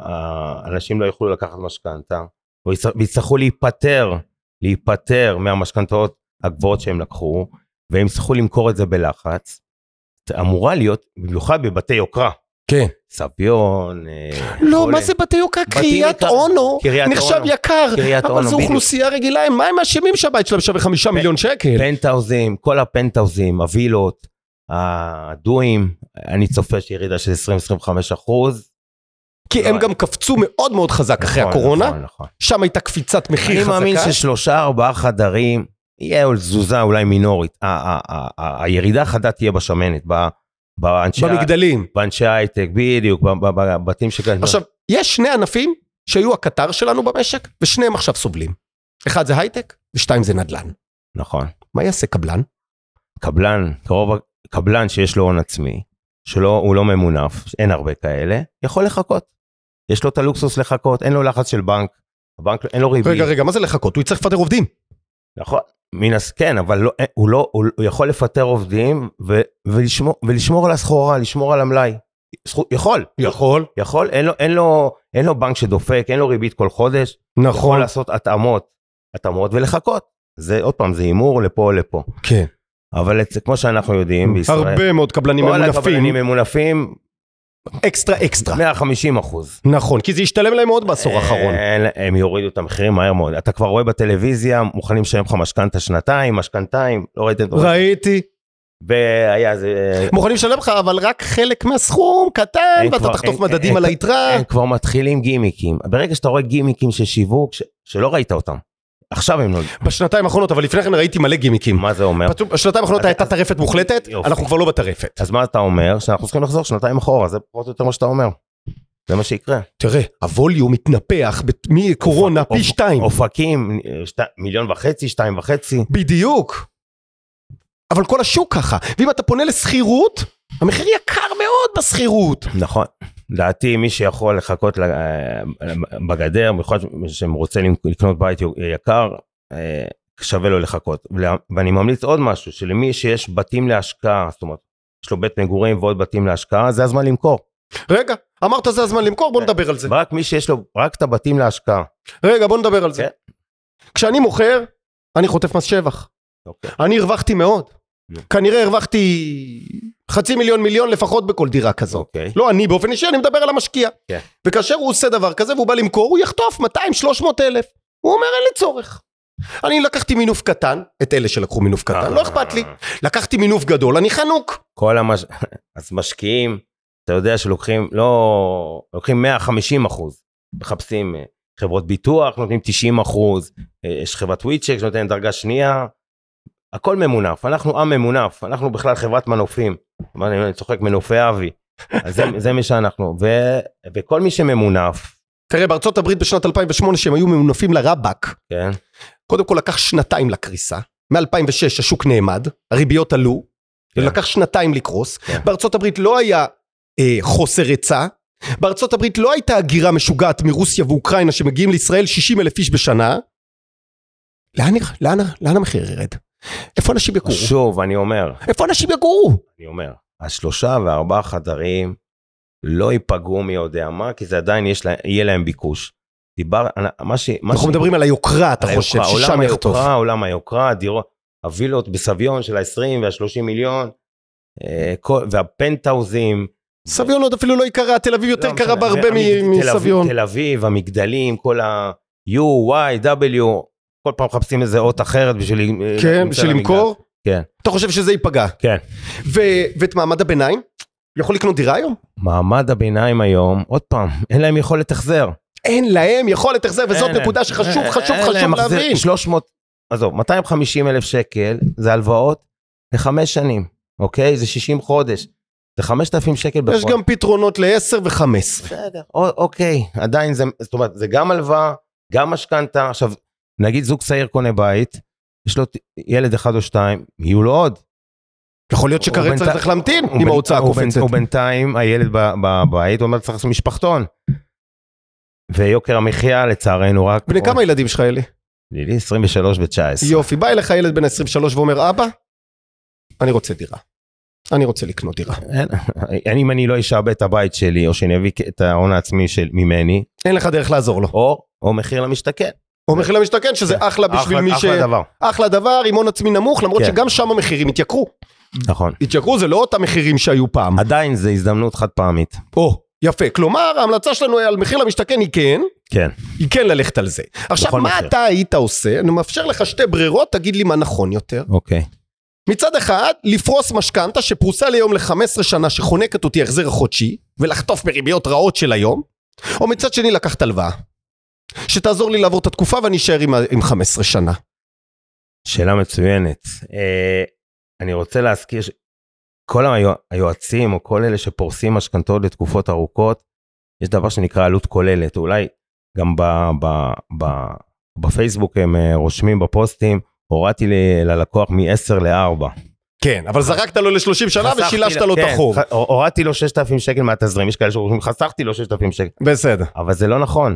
שהאנשים לא יוכלו לקחת משכנתה או יצט- ויצטרכו להיפטר להיפטר מהמשכנתאות הגבוהות שהם לקחו והם יצטרכו למכור את זה בלחץ. אמורה להיות במיוחד בבתי יוקרה. כן. סביון. אה, לא, כל- מה זה בתי יוקרה? בתים קריית יקר- אונו קריית נחשב אונו. יקר, קריית אבל אונו, זו בדיוק. אוכלוסייה רגילה, מה הם אשמים שהבית שלהם שווה חמישה מיליון שקל? פנטהאוזים, כל הפנטהאוזים, הווילות, הדואים, אני צופה שירידה של 20-25 אחוז. כי הם לא. גם קפצו מאוד מאוד חזק אחרי הקורונה, נכון, נכון. שם הייתה קפיצת מחיר אני חזקה. מאמין ששלושה ארבעה חדרים, יהיה עוד תזוזה אולי מינורית. ה- ה- ה- ה- הירידה החדה תהיה בשמנת, ב- באנשי ה- במגדלים. באנשי ההייטק, בדיוק, ב- ב- בבתים שכאן. עכשיו, יש שני ענפים שהיו הקטר שלנו במשק, ושניהם עכשיו סובלים. אחד זה הייטק, ושתיים זה נדל"ן. נכון. מה יעשה קבלן? קבלן, קרוב, קבלן שיש לו הון עצמי, שהוא לא ממונף, אין הרבה כאלה, יכול לחכות. יש לו את הלוקסוס לחכות, אין לו לחץ של בנק, הבנק, אין לו ריבית. רגע, רגע, מה זה לחכות? הוא יצטרך לפטר עובדים. נכון, מן הס... כן, אבל לא, אה, הוא לא, הוא, הוא יכול לפטר עובדים ו, ולשמור, ולשמור על הסחורה, לשמור על המלאי. זכו, יכול, יכול. יכול, אין לו, אין, לו, אין לו בנק שדופק, אין לו ריבית כל חודש, יכול נכון. לעשות התאמות, התאמות ולחכות. זה עוד פעם, זה הימור לפה או לפה. כן. אבל את, כמו שאנחנו יודעים בישראל, הרבה מאוד קבלנים כל הקבלנים ממונפים. אה. ממונפים אקסטרה אקסטרה. 150 אחוז. אה, נכון, כי זה ישתלם להם מאוד בעשור האחרון. אין- הם יורידו את המחירים מהר מאוד. אתה כבר רואה בטלוויזיה, מוכנים לשלם לך משכנתה שנתיים, משכנתיים, לא ראיתם את זה. ראיתי. והיה זה... מוכנים לשלם לך, אבל רק חלק מהסכום, קטן, אין ואתה כבר- תחטוף אין- מדדים אין- על היתרה. הם כבר מתחילים גימיקים. ברגע שאתה רואה גימיקים של שיווק, ש- שלא ראית אותם. עכשיו הם נולדו. בשנתיים האחרונות, אבל לפני כן ראיתי מלא גימיקים. מה זה אומר? פתאום, בשנתיים האחרונות אז- הייתה אז- טרפת מוחלטת, יופי. אנחנו כבר לא בטרפת. אז מה אתה אומר? שאנחנו צריכים לחזור שנתיים אחורה, זה פחות או יותר מה שאתה אומר. זה מה שיקרה. תראה, הווליום מתנפח בת- מקורונה אופ- פי שתיים. אופקים, שת- מיליון וחצי, שתיים וחצי. בדיוק. אבל כל השוק ככה. ואם אתה פונה לשכירות, המחיר יקר מאוד בשכירות. נכון. לדעתי מי שיכול לחכות ל- אה, בגדר, בכל שהם רוצה למק- לקנות בית יקר, אה, שווה לו לחכות. ולה- ואני ממליץ עוד משהו, שלמי שיש בתים להשקעה, זאת אומרת, יש לו בית מגורים ועוד בתים להשקעה, זה הזמן למכור. רגע, אמרת זה הזמן למכור, בוא כן. נדבר על זה. רק מי שיש לו רק את הבתים להשקעה. רגע, בוא נדבר על זה. כן. כשאני מוכר, אני חוטף מס שבח. אוקיי. אני הרווחתי מאוד. נו. כנראה הרווחתי חצי מיליון מיליון לפחות בכל דירה כזאת. אוקיי. לא אני באופן אישי, אני מדבר על המשקיע. כן. וכאשר הוא עושה דבר כזה והוא בא למכור, הוא יחטוף 200-300 אלף. הוא אומר, אין לי צורך. אני לקחתי מינוף קטן, את אלה שלקחו מינוף אה, קטן, לא אכפת לי. לקחתי מינוף גדול, אני חנוק. כל המש... *laughs* אז משקיעים, אתה יודע שלוקחים, לא... לוקחים 150 אחוז. מחפשים אה, חברות ביטוח, נותנים 90 אחוז. אה, יש חברת וויצ'ק שנותנת דרגה שנייה. הכל ממונף, אנחנו עם ממונף, אנחנו בכלל חברת מנופים. מה, אני אני צוחק, מנופי אבי. אז זה, זה מי שאנחנו. ו... וכל מי שממונף, תראה, בארצות הברית בשנת 2008, שהם היו ממונפים לרבאק, כן, *laughs* קודם כל לקח שנתיים לקריסה. מ-2006 השוק נעמד, הריביות עלו, כן. כן. לקח שנתיים לקרוס. כן. כן. בארצות הברית לא היה אה, חוסר היצע. בארצות הברית לא הייתה הגירה משוגעת מרוסיה ואוקראינה שמגיעים לישראל 60 אלף איש בשנה. לאן, לאן, לאן המחיר ירד? איפה אנשים יגורו? שוב, אני אומר, איפה אנשים יגורו? אני אומר, השלושה והארבעה חדרים לא ייפגעו מי יודע מה, כי זה עדיין יש לה, יהיה להם ביקוש. דיבר, מה ש... מה אנחנו ש- מדברים על היוקרה, אתה על חושב, היוקרה, ששם יחטוף. עולם היוקרה, עולם היוקרה, הדירות, הווילות בסביון של ה-20 וה-30 מיליון, אה, כל- והפנטהאוזים. סביון עוד אפילו לא יקרה, תל אביב יותר לא קרה משנה, בהרבה המג- תל מ- אביב- מסביון. תל אביב, המגדלים, כל ה... U, Y, W, כל פעם מחפשים איזה אות אחרת בשביל... אה, כן, למצוא בשביל למגדל. למכור? כן. אתה חושב שזה ייפגע? כן. ו- ואת מעמד הביניים? יכול לקנות דירה היום? מעמד הביניים היום, עוד פעם, אין להם יכולת החזר. אין להם יכולת החזר, וזאת אין להם. נקודה שחשוב, אין- חשוב, אין חשוב להם מחזיר- להבין. 300, עזוב, 250 אלף שקל זה הלוואות לחמש שנים, אוקיי? זה 60 חודש. זה 5,000 שקל בחודש. יש גם פתרונות ל-10 ו-15. בסדר, א- אוקיי, עדיין זה, זאת אומרת, זה גם הלוואה, גם משכנתה. עכשיו, נגיד זוג צעיר קונה בית, יש לו ת- ילד אחד או שתיים, יהיו לו עוד. יכול להיות הוא שכרגע בינתי- צריך להמתין הוא עם בין- ההוצאה הוא בין- הקופצת. ובינתיים הילד ב- בבית, הוא אומר, צריך לעשות משפחתון. ויוקר המחיה, לצערנו, רק... בני כמה ילדים שלך, אלי? לי לי 23 ו-19. יופי, בא אליך ילד בן 23 ואומר, אבא, אני רוצה דירה. אני רוצה לקנות דירה. אין, *laughs* אין, אם אני לא אשעבד את הבית שלי, או שאני אביא את ההון העצמי של, ממני, אין לך דרך לעזור לו. או, או מחיר למשתכן. או מחיר למשתכן, שזה אחלה בשביל כן. אחלה- מי ש... אחלה דבר. אחלה דבר, עם הון עצמי נמוך, למרות כן. שגם שם המחירים התייקרו. נכון. התייקרו זה לא אותם מחירים שהיו פעם. עדיין זו הזדמנות חד פעמית. או, יפה. כלומר, ההמלצה שלנו על מחיר למשתכן היא כן, כן. היא כן ללכת על זה. עכשיו, בכל מה מחיר. אתה היית עושה? אני מאפשר לך שתי ברירות, תגיד לי מה נכון יותר. אוקיי. מצד אחד, לפרוס משכנתה שפרוסה ליום ל-15 שנה, שחונקת אותי החזר החודשי, ולחטוף בריביות רעות של היום, או מצד שני, לקחת הלוואה. שתעזור לי לעבור את התקופה ואני אשאר עם, ה- עם 15 שנה. שאלה מצוינת. אה, אני רוצה להזכיר שכל היוע- היועצים, או כל אלה שפורסים משכנתאות לתקופות ארוכות, יש דבר שנקרא עלות כוללת. אולי גם ב, ב, ב, בפייסבוק הם אה, רושמים בפוסטים, הורדתי ל- ללקוח מ-10 ל-4. כן, אה. אבל זרקת לו ל-30 שנה ושילשת כן. לו את החוב. הורדתי לו 6,000 שקל מהתזרים, יש כאלה שאומרים, חסכתי לו 6,000 שקל, בסדר. אבל זה לא נכון.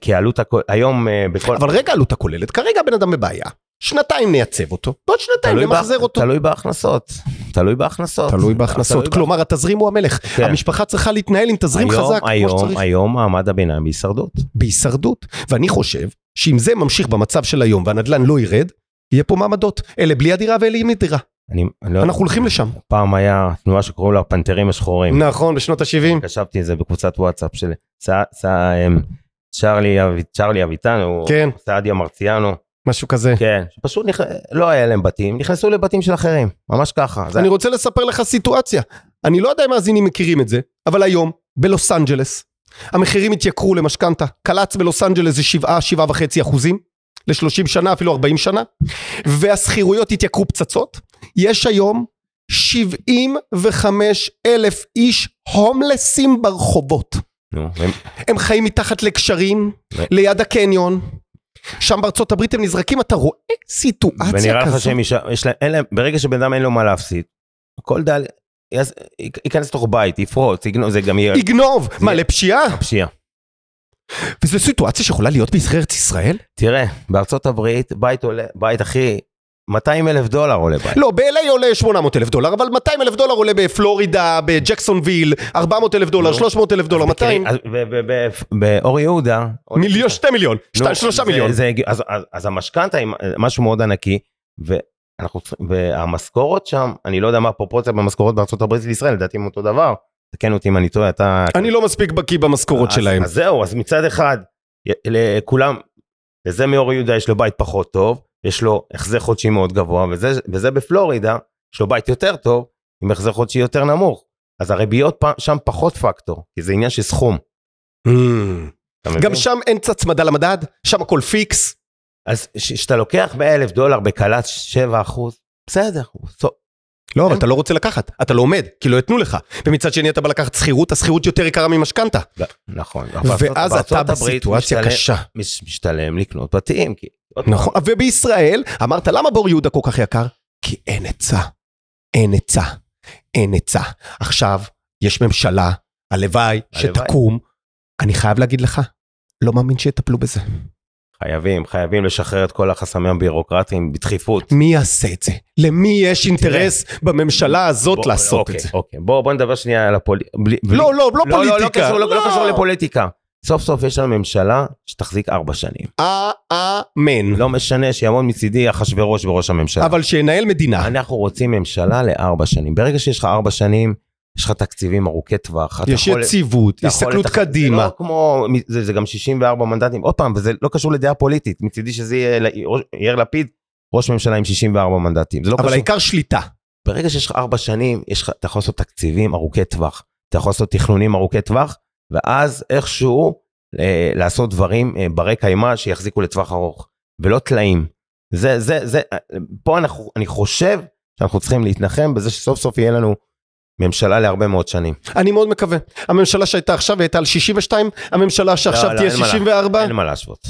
כי העלות הכו- היום אה, בכל... אבל רגע עלות הכוללת, כרגע הבן אדם בבעיה. שנתיים נייצב אותו, בעוד שנתיים תלוי נמחזר בה- אותו. תלוי בהכנסות. תלוי בהכנסות. תלוי בהכנסות, תלוי כלומר התזרים הוא המלך. כן. המשפחה צריכה להתנהל עם תזרים היום- חזק כמו היום, שצריך. היום מעמד הביניים בהישרדות. בהישרדות. ואני חושב שאם זה ממשיך במצב של היום והנדלן לא ירד, יהיה פה מעמדות. אלה בלי הדירה ואלה עם הדירה. אני, אני לא... אנחנו הולכים לשם. פעם היה תנועה שקראו לה הפנתרים השחורים. נכון, בשנות ה-70. קשבתי את זה בקבוצת וואטסאפ של צע- צע- אמ, צ'רלי אב- צ'רלי אביטן, או כן, סעדיה מרציאנו. משהו כזה. כן. שפשוט נכ... לא היה להם בתים, נכנסו לבתים של אחרים. ממש ככה. זה- אני רוצה לספר לך סיטואציה. אני לא יודע אם מאזינים מכירים את זה, אבל היום, בלוס אנג'לס, המחירים התייקרו למשכנתה. קל"צ בלוס אנג'לס זה 7, 7.5 אחוזים, ל-30 שנה, אפילו 40 שנה, והשכירויות התייקרו פצצות. יש היום 75 אלף איש הומלסים ברחובות. נו, והם- הם חיים מתחת לגשרים, ו- ליד הקניון. שם בארצות הברית הם נזרקים, אתה רואה סיטואציה כזאת. ונראה לך שהם יישאר, יש להם, אין להם, ברגע שבן אדם אין לו מה להפסיד, כל דל, יעש- ייכנס לתוך בית, יפרוץ, יגנוב, זה גם יהיה יגנוב, מה לפשיעה? פשיעה. וזו סיטואציה שיכולה להיות בארץ ישראל? תראה, בארצות הברית, בית עולה, בית אחי, 200 אלף דולר עולה בית. לא, ב-LA עולה 800 אלף דולר, אבל 200 אלף דולר עולה בפלורידה, בג'קסונוויל, 400 אלף דולר, נו. 300 אלף דולר, 200, לא. אז ב- ב- ב- באור יהודה... מיליון, 2 מיליון, נו, 2, 3 לא, זה- מיליון. זה הגיע- אז- אז- אז המשכנתה היא משהו מאוד ענקי, ואנחנו צריכים- והמשכורות שם, אני לא יודע מה הפרופורציה במשכורות בארצות הברית לישראל, לדעתי הם אותו דבר. תקן אותי אם אני טועה, אתה... אני לא מספיק בקיא במשכורות אז- שלהם. אז זהו, אז מצד אחד, י- לכולם, לזה מאור יהודה יש לו בית פחות טוב, יש לו החזר חודשי מאוד גבוה, וזה, וזה בפלורידה, יש לו בית יותר טוב, עם החזר חודשי יותר נמוך. אז הריביות פ- שם פחות פקטור, כי זה עניין של סכום. אה, אתה מבין? גם שם אין הצמדה למדד, שם הכל פיקס. אז כשאתה לוקח 100 אלף דולר בקל"צ 7 אחוז, בסדר, הוא סו- לא, אבל אתה לא רוצה לקחת, אתה לא עומד, כי לא יתנו לך. ומצד שני אתה בא לקחת שכירות, השכירות יותר יקרה ממשכנתה. לא, נכון. ואז בארצות אתה הברית בסיטואציה משתלם- קשה. מש- משתלם לקנות בתים, כי... עוד פעם, נכון, ובישראל, אמרת למה בור יהודה כל כך יקר? כי אין היצע. אין היצע. אין היצע. עכשיו, יש ממשלה, הלוואי שתקום. אני חייב להגיד לך, לא מאמין שיטפלו בזה. חייבים, חייבים לשחרר את כל החסמים הבירוקרטיים בדחיפות. מי יעשה את זה? למי יש אינטרס בממשלה הזאת בוא- לעשות אוקיי, את זה? אוקיי, בוא בוא נדבר שנייה על הפוליטיקה. לא, לא, לא לא פוליטיקה. קשור- לא- לא קשור לפוליטיקה. סוף סוף יש לנו ממשלה שתחזיק ארבע שנים. Mm-hmm. אה, אמן. לא משנה שיעמוד מצידי אחשוורוש בראש הממשלה. אבל שינהל מדינה. אנחנו רוצים ממשלה לארבע שנים. ברגע שיש לך ארבע שנים, יש לך תקציבים ארוכי טווח. אתה יש יכול- יציבות, אתה יכול הסתכלות לתכנן. זה קדימה. לא כמו, זה, זה גם 64 מנדטים. עוד פעם, וזה לא קשור לדעה פוליטית. מצידי שזה יהיה ל- יאיר לפיד, ראש ממשלה עם 64 מנדטים. זה לא אבל קשור. העיקר שליטה. ברגע שיש לך ארבע שנים, יש לך, אתה יכול לעשות תקציבים ארוכי טווח, אתה יכול לעשות תכנונים ארוכי טווח, ואז איכשהו אה, לעשות דברים אה, ברי קיימא שיחזיקו לטווח ארוך, ולא טלאים. זה, זה, זה, אה, פה אנחנו, אני חושב שאנחנו צריכים להתנחם בזה שסוף סוף יהיה לנו ממשלה להרבה מאוד שנים. אני מאוד מקווה. הממשלה שהייתה עכשיו הייתה על 62, הממשלה שעכשיו לא, תהיה אין מה 64, אין מה להשוות.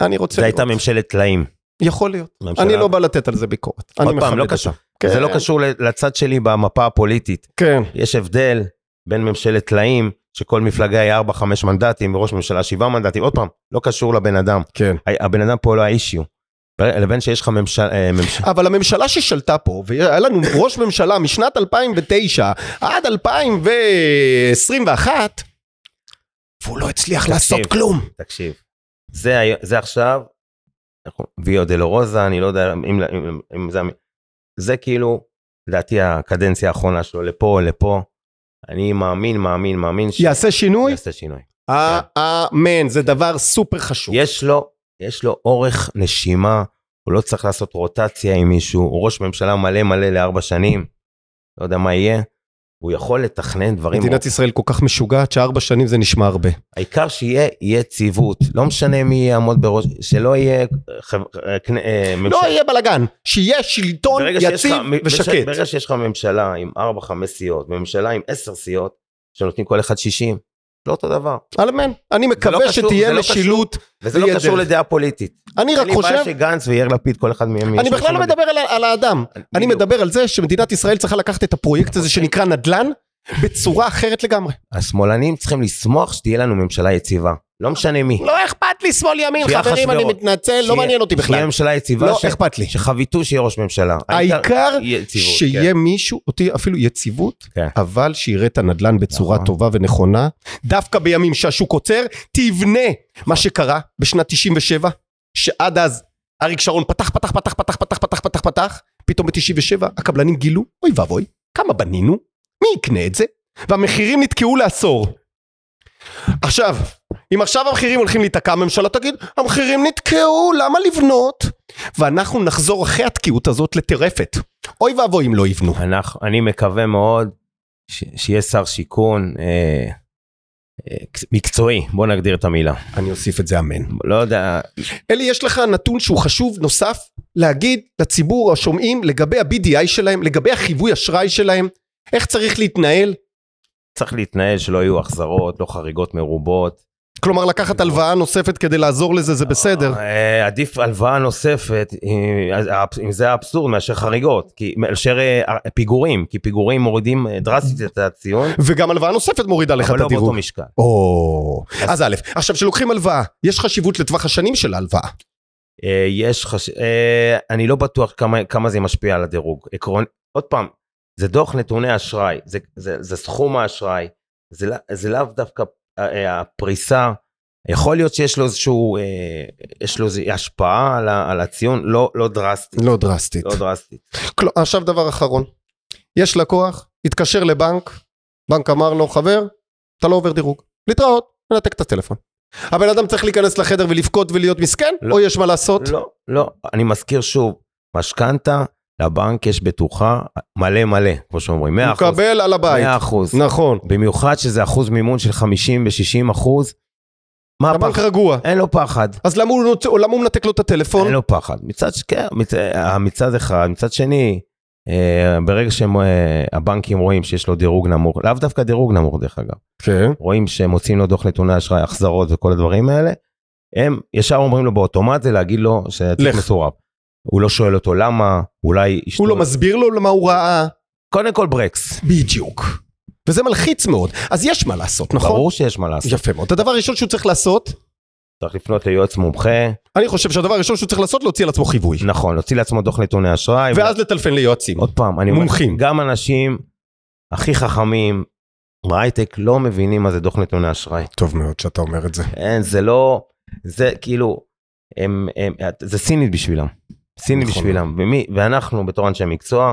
אני רוצה זו אה. לראות. הייתה ממשלת טלאים. יכול להיות. ממשלה- אני לא בא לתת על זה ביקורת. אני עוד פעם, מכבד לא אותה. קשור. כן, זה לא קשור ל- לצד שלי במפה הפוליטית. כן. יש הבדל בין ממשלת טלאים, שכל מפלגה היא 4-5 מנדטים, וראש ממשלה 7 מנדטים, עוד פעם, לא קשור לבן אדם. *laughs* כן. ה- הבן אדם פה לא האישיו. ב- לבין שיש לך ממשל... אה, *laughs* ממשל... אבל הממשלה ששלטה פה, והיה לנו ראש ממשלה משנת 2009 עד 2021, והוא לא הצליח לעשות תקשיב. כלום. תקשיב, זה, היה- זה עכשיו, אנחנו- ויו דלורוזה, אני לא יודע אם, אם, אם זה... המ- זה כאילו, לדעתי הקדנציה האחרונה שלו, לפה, לפה. אני מאמין, מאמין, מאמין שהוא יעשה שינוי? אה, יעשה שינוי. אמן, זה דבר סופר חשוב. יש לו, יש לו אורך נשימה, הוא לא צריך לעשות רוטציה עם מישהו, הוא ראש ממשלה מלא מלא לארבע שנים, לא יודע מה יהיה, הוא יכול לתכנן דברים, מדינת ישראל כל כך משוגעת שארבע שנים זה נשמע הרבה. העיקר שיהיה יציבות, לא משנה מי יעמוד בראש, שלא יהיה חב... אה, כנ- אה, לא יהיה בלאגן, שיהיה שלטון ברגע שיש יציב לך- ושקט. ברגע שיש לך ממשלה עם ארבע, חמש סיעות, וממשלה עם עשר סיעות, שנותנים כל אחד שישים, לא אותו דבר. אלמן, אני מקווה לא קשור- שתהיה זה לא משילות. וזה לא ויהיה קשור דרך. לדעה פוליטית. אני רק אין לי חושב, בעיה שגנץ ויאיר לפיד, כל אחד מהם... אני יש לו בכלל לא שם מדבר על, ה- על האדם. אני בדיוק. אוקיי. מדבר על זה שמדינת ישראל צריכה לקחת את הפרויקט הזה שנקרא נדל"ן בצורה אחרת לגמרי. השמאלנים צריכים לשמוח שתהיה לנו ממשלה יציבה. לא משנה מי. לא אכפת לי שמאל ימין, שיהיה חברים, אני אחשוורוש. מתנצל, לא שיהיה- מעניין אותי שתהיה בכלל. ממשלה יציבה. לא ש- אכפת לי. שחביתו שיהיה ראש ממשלה. העיקר יהיה יציבות, שיהיה מישהו, אותי אפילו יציבות, כן. אבל שיראה את הנדל"ן בצורה נכון. טובה ונכונה. דווקא בימים שהשוק עוצר, תבנה. מה שקרה בשנת 97, שעד אז אריק שרון פתח, פתח, פתח, פתח, פתח, פתח, פתח, פתח, פתאום ב-97 הקבלנים גילו, אוי ואבוי, כמה בנינו? מי יקנה את זה? והמחירים נתקעו לעשור. עכשיו, אם עכשיו המחירים הולכים להיתקע, הממשלה תגיד, המחירים נתקעו, למה לבנות? ואנחנו נחזור אחרי התקיעות הזאת לטרפת. אוי ואבוי אם לא יבנו. כן. אנחנו- אני מקווה מאוד ש- שיהיה שר שיכון אה, אה, מקצועי, בוא נגדיר את המילה. אני אוסיף את זה אמן. לא יודע, אלי, יש לך נתון שהוא חשוב נוסף להגיד לציבור השומעים לגבי ה-BDI שלהם, לגבי החיווי אשראי שלהם, איך צריך להתנהל? צריך להתנהל שלא יהיו החזרות, לא חריגות מרובות. כלומר, לקחת הלוואה נוספת כדי לעזור לזה זה בסדר. אה, עדיף הלוואה נוספת, אה, אז האבס- אם זה האבסורד, מאשר חריגות, כי- מאשר אה, אה, פיגורים, כי פיגורים מורידים אה, דרסטית את הציון, וגם הלוואה נוספת מורידה לך אבל את לא באותו הדירוג. משקל. או... אז א', עכשיו שלוקחים הלוואה, יש חשיבות לטווח השנים של ההלוואה. אה, יש חש... אה, אני לא בטוח כמה, כמה זה משפיע על הדירוג. עקרון, עוד פעם, זה דוח נתוני אשראי, זה, זה, זה סכום האשראי, זה, לא- זה לאו דווקא אה, אה, הפריסה. יכול להיות שיש לו איזשהו, אה, יש לו איזושהי השפעה על, ה, על הציון, לא, לא דרסטית. לא דרסטית. לא דרסטית. כל... עכשיו דבר אחרון. יש לקוח, התקשר לבנק, בנק אמר לו, חבר, אתה לא עובר דירוג. להתראות, ננתק את הטלפון. הבן אדם צריך להיכנס לחדר ולבכות ולהיות מסכן, לא. או יש מה לעשות? לא, לא, אני מזכיר שוב, משכנתה, לבנק יש בטוחה מלא מלא, כמו שאומרים, 100%. הוא מקבל על הבית. 100%. נכון. במיוחד שזה אחוז מימון של 50 ו-60 אחוז. מה הפחד? הבנק רגוע. אין לו פחד. אז למה הוא, נוצ... למה הוא מנתק לו את הטלפון? אין לו פחד. מצד, ש- כן, מצ, אה, מצד אחד, מצד שני, אה, ברגע שהבנקים רואים שיש לו דירוג נמוך, לאו דווקא דירוג נמוך דרך אגב, כן. רואים שהם מוצאים לו דוח נתוני אשראי, החזרות וכל הדברים האלה, הם ישר אומרים לו באוטומט זה להגיד לו שהתיק לך. מסורב. הוא לא שואל אותו למה, אולי אשתו... הוא לא מסביר לו למה הוא ראה. קודם כל ברקס. בדיוק. וזה מלחיץ מאוד. אז יש מה לעשות, נכון? ברור שיש מה לעשות. יפה מאוד. הדבר הראשון שהוא צריך לעשות, צריך לפנות ליועץ מומחה, אני חושב שהדבר הראשון שהוא צריך לעשות, להוציא על עצמו חיווי. נכון, להוציא לעצמו דוח נתוני אשראי. ואז לטלפן ליועצים. עוד פעם, אני מומחים. אומר, גם אנשים הכי חכמים בהייטק לא מבינים מה זה דוח נתוני אשראי. טוב מאוד שאתה אומר את זה. אין, זה לא, זה כאילו, הם, הם, זה סינית בשבילם. סינית נכון. בשבילם. ומי, ואנחנו בתור אנשי מקצוע,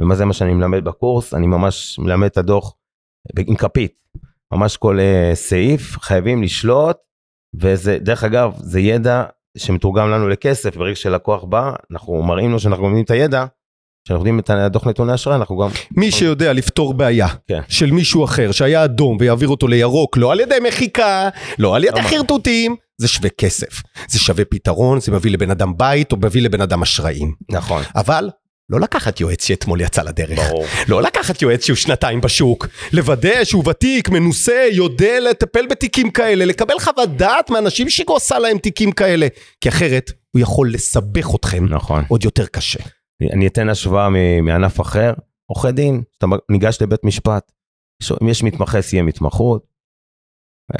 ומה זה מה שאני מלמד בקורס, אני ממש מלמד את הדוח ב- עם כפית. ממש כל אה, סעיף, חייבים לשלוט, וזה, דרך אגב, זה ידע שמתורגם לנו לכסף, ברגע שלקוח בא, אנחנו מראים לו שאנחנו לומדים את הידע, כשאנחנו יודעים את הדוח נתוני אשראי, אנחנו גם מי שיודע לפתור בעיה כן. של מישהו אחר שהיה אדום ויעביר אותו לירוק, לא על ידי מחיקה, לא על ידי אמר. חרטוטים, זה שווה כסף. זה שווה פתרון, זה מביא לבן אדם בית או מביא לבן אדם אשראים. נכון, אבל לא לקחת יועץ שאתמול יצא לדרך. ברור. לא לקחת יועץ שהוא שנתיים בשוק, לוודא שהוא ותיק, מנוסה, יודע לטפל בתיקים כאלה, לקבל חוות דעת מאנשים שעושה להם תיקים כאלה, כי אחרת הוא יכול לסבך אתכם נכון. עוד יותר קשה. אני- אני אתן השוואה מ- מענף אחר, עורכי דין, כשאתה ניגש לבית משפט, ש- אם יש מתמחה סיים התמחות,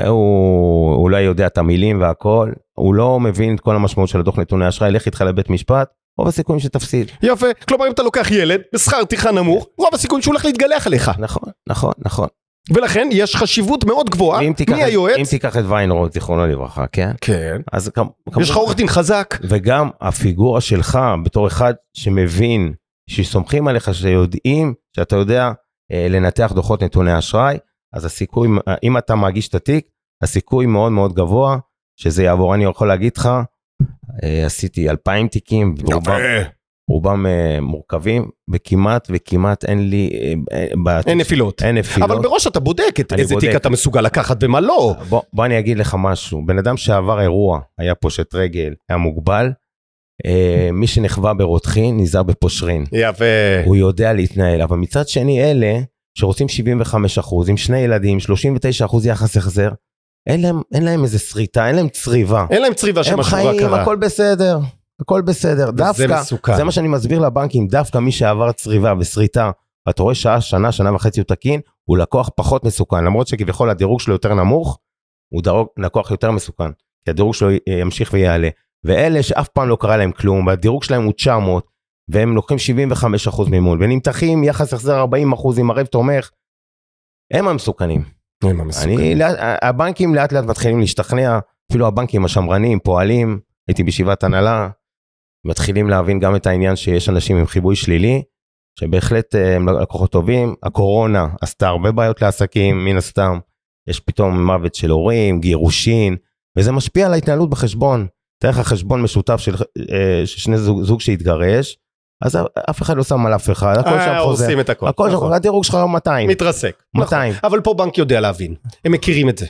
אה, הוא אולי יודע את המילים והכל, הוא לא מבין את כל המשמעות של הדוח נתוני אשראי, לך איתך לבית משפט, רוב הסיכויים שתפסיד. יפה, כלומר אם אתה לוקח ילד בשכר טרחה נמוך, רוב הסיכויים שהוא הולך להתגלח עליך. נכון, נכון, נכון. ולכן יש חשיבות מאוד גבוהה, ואם תיקח מי את- היועץ? אם תיקח את ויינרוט, זיכרונו לברכה, כן? כן. אז כמ- יש לך עורך דין חזק. וגם הפיגורה שלך בתור אחד שמבין, שסומכים עליך, שיודעים שאתה יודע אה, לנתח דוחות נתוני אשראי, אז הסיכוי, אה, אם אתה מגיש את התיק, הסיכוי מאוד מאוד גבוה שזה יעבור. אני יכול להגיד לך, אה, עשיתי 2,000 תיקים, רובם, רובם אה, מורכבים, וכמעט וכמעט אין לי, אה, אה, בת- אין נפילות. אין נפילות. אבל מראש אתה בודק את אני איזה תיק בודק. אתה מסוגל לקחת ומה לא. בוא, בוא אני אגיד לך משהו, בן אדם שעבר אירוע, היה פושט רגל, היה מוגבל, אה, מי כן. שנחווה ברותחין נזהר בפושרין. יפה. הוא יודע להתנהל, אבל מצד שני אלה שרוצים 75 אחוז, עם שני ילדים, 39 אחוז יחס החזר, אין להם, אין להם איזה שריטה, אין להם צריבה. אין להם צריבה הם שמשהו רע חיים, קרה. הכל בסדר, הכל בסדר. דווקא, מסוכן. זה מה שאני מסביר לבנקים, דווקא מי שעבר צריבה ושריטה, אתה רואה שעה, שנה, שנה וחצי הוא תקין, הוא לקוח פחות מסוכן, למרות שכביכול הדירוג שלו יותר נמוך, הוא דרוג, לקוח יותר מסוכן, כי הדירוג שלו י- ימשיך ויעלה. ואלה שאף פעם לא קרה להם כלום, והדירוג שלהם הוא 900, והם לוקחים 75% מימון, ונמתחים יחס החזר 40% עם ערב תומך, הם המסוכנים. הם המסוכנים. אני, לא- לאט- הבנקים לאט לאט מתחילים להשתכנע, אפילו הבנקים השמרנים, פועלים, הייתי בישיבת הנהלה, מתחילים להבין גם את העניין שיש אנשים עם חיבוי שלילי, שבהחלט אה, הם לקוחות טובים, הקורונה עשתה הרבה בעיות לעסקים, מן הסתם, יש פתאום מוות של הורים, גירושין, וזה משפיע על ההתנהלות בחשבון. תאר לך חשבון משותף של אה, של שני זוג, זוג שהתגרש, אז אף אחד לא שם על אף אחד, הכל שם אה, חוזר. הורסים את הכל. הכל שם נכון. חוזר, הדירוג שלך לא הוא 200. מתרסק. נכון. 200. אבל פה בנק יודע להבין, הם מכירים את זה.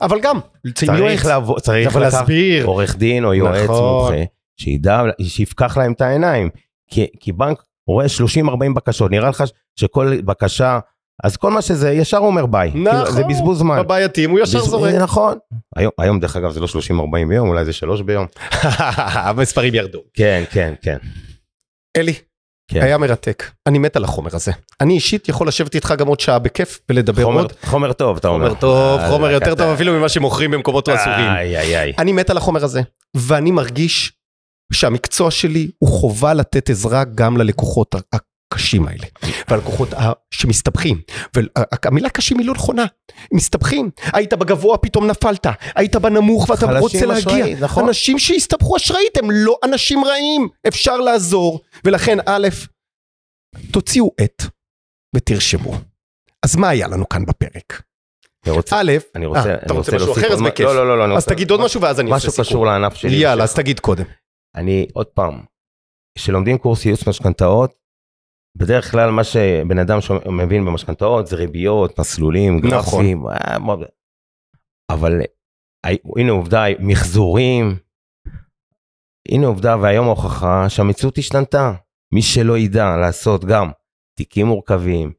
אבל גם, צריכים יועץ, צריך לבוא, צריך צריך לקחת להסביר. עורך דין או יועץ נכון. מומחה, שידע, שיפקח להם את העיניים. כי, כי בנק רואה 30-40 בקשות, נראה לך שכל בקשה, אז כל מה שזה, ישר הוא אומר ביי. כאילו, נכון. זה בזבוז זמן. בבעייתיים הוא ישר בזבוז- זורק. *laughs* נכון. היום, היום דרך אגב זה לא 30-40 ביום, אולי זה 3 ביום. המספרים ירדו. כן, כן, כן. אלי, כן. היה מרתק. אני מת על החומר הזה. אני אישית יכול לשבת איתך גם עוד שעה בכיף ולדבר חומר, עוד. חומר טוב, אתה אומר. חומר לא טוב, אה, חומר זה יותר קטן. טוב אפילו ממה שמוכרים במקומות אסורים. איי, איי, איי. אני מת על החומר הזה, ואני מרגיש שהמקצוע שלי הוא חובה לתת עזרה גם ללקוחות הקשים האלה, והלקוחות ה- שמסתבכים. והמילה קשים היא לא נכונה, מסתבכים. היית בגבוה, פתאום נפלת. היית בנמוך ואתה חלשים רוצה להגיע. אשראי, נכון. אנשים שהסתבכו אשראית הם לא אנשים רעים, אפשר לעזור. ולכן, א', תוציאו עט ותרשמו. אז מה היה לנו כאן בפרק? אני רוצה, א', אני רוצה, אה, אני אתה רוצה משהו להוסיף אחר? עוד אז מה- בכיף. לא, לא, לא, לא. אני אז רוצה- תגיד עוד משהו ואז אני אעשה משהו סיכום. קשור לענף שלי. יאללה, אז תגיד קודם. אני עוד פעם, כשלומדים קורס ייעוץ משכנתאות, בדרך כלל מה שבן אדם שמבין במשכנתאות זה ריביות, מסלולים, נכון. גרפים, אה, מה- אבל אה, הנה עובדה, מחזורים, הנה עובדה והיום ההוכחה שהמציאות השתנתה. מי שלא ידע לעשות גם תיקים מורכבים,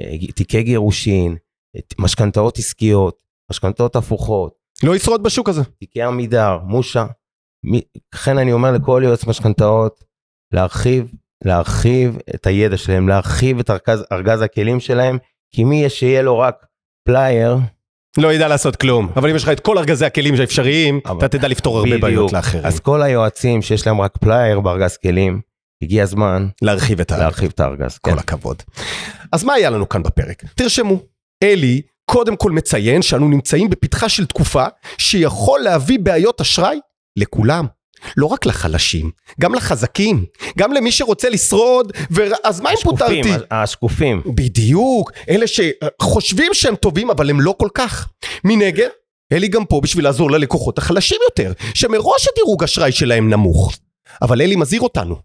אה, תיקי גירושין, אה, משכנתאות עסקיות, משכנתאות הפוכות, לא ישרוד בשוק הזה. תיקי עמידר, מושה. מי- לכן אני אומר לכל יועץ משכנתאות, להרחיב, להרחיב את הידע שלהם, להרחיב את ארגז, ארגז הכלים שלהם, כי מי יש שיהיה לו רק פלייר, לא ידע לעשות כלום. אבל אם יש לך את כל ארגזי הכלים האפשריים, אבל- אתה תדע לפתור הרבה בדיוק. בעיות לאחרים. אז אז כל היועצים שיש להם רק פלייר בארגז כלים, הגיע הזמן להרחיב את ה... להרחיב את הארגז. כן. כל הכבוד. אז מה היה לנו כאן בפרק? תרשמו. אלי קודם כל מציין שאנו נמצאים בפתחה של תקופה שיכול להביא בעיות אשראי לכולם. לא רק לחלשים, גם לחזקים, גם למי שרוצה לשרוד, ו... אז מה אם השקופים, פוטרתי? השקופים, בדיוק, אלה שחושבים שהם טובים אבל הם לא כל כך. מנגד, אלי גם פה בשביל לעזור ללקוחות החלשים יותר, שמראש הדירוג אשראי שלהם נמוך. אבל אלי מזהיר אותנו.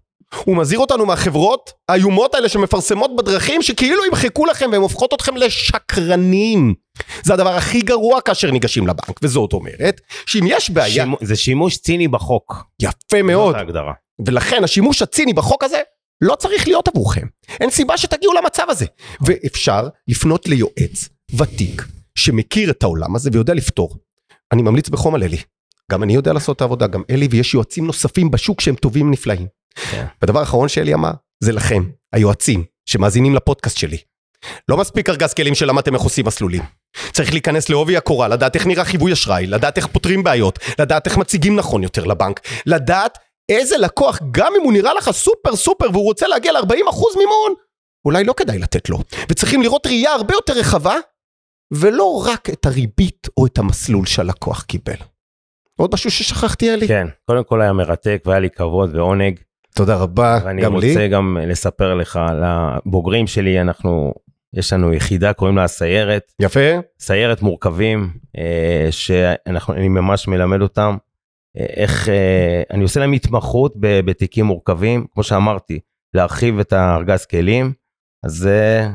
הוא מזהיר אותנו מהחברות האיומות האלה שמפרסמות בדרכים שכאילו ימחקו לכם והן הופכות אתכם לשקרנים. זה הדבר הכי גרוע כאשר ניגשים לבנק, וזאת אומרת שאם יש בעיה, שימו, זה שימוש ציני בחוק. יפה מאוד, זאת ההגדרה. ולכן השימוש הציני בחוק הזה לא צריך להיות עבורכם. אין סיבה שתגיעו למצב הזה. ואפשר לפנות ליועץ ותיק שמכיר את העולם הזה ויודע לפתור. אני ממליץ בחום על אלי. גם אני יודע לעשות את העבודה, גם אלי, ויש יועצים נוספים בשוק שהם טובים נפלאים. כן. והדבר האחרון שאלי אמר, זה לכם, היועצים, שמאזינים לפודקאסט שלי. לא מספיק ארגז כלים שלמדתם איך עושים מסלולים. צריך להיכנס לעובי הקורה, לדעת איך נראה חיווי אשראי, לדעת איך פותרים בעיות, לדעת איך מציגים נכון יותר לבנק, לדעת איזה לקוח, גם אם הוא נראה לך סופר סופר והוא רוצה להגיע ל-40% מימון, אולי לא כדאי לתת לו. וצריכים לראות ראייה הרבה יותר רחבה, ולא רק את הריבית או את המסלול שהלקוח קיבל. עוד משהו ששכחתי, אלי? כן, קודם כל היה מרתק והיה לי כבוד ועונג. תודה רבה, ואני רוצה גם לספר לך, לבוגרים שלי, אנחנו, יש לנו יחידה, קוראים לה הסיירת, יפה. סיירת מורכבים, אה, שאנחנו, אני ממש מלמד אותם, אה, איך, אה, אני עושה להם התמחות ב- בתיקים מורכבים, כמו שאמרתי, להרחיב את הארגז כלים, אז אה,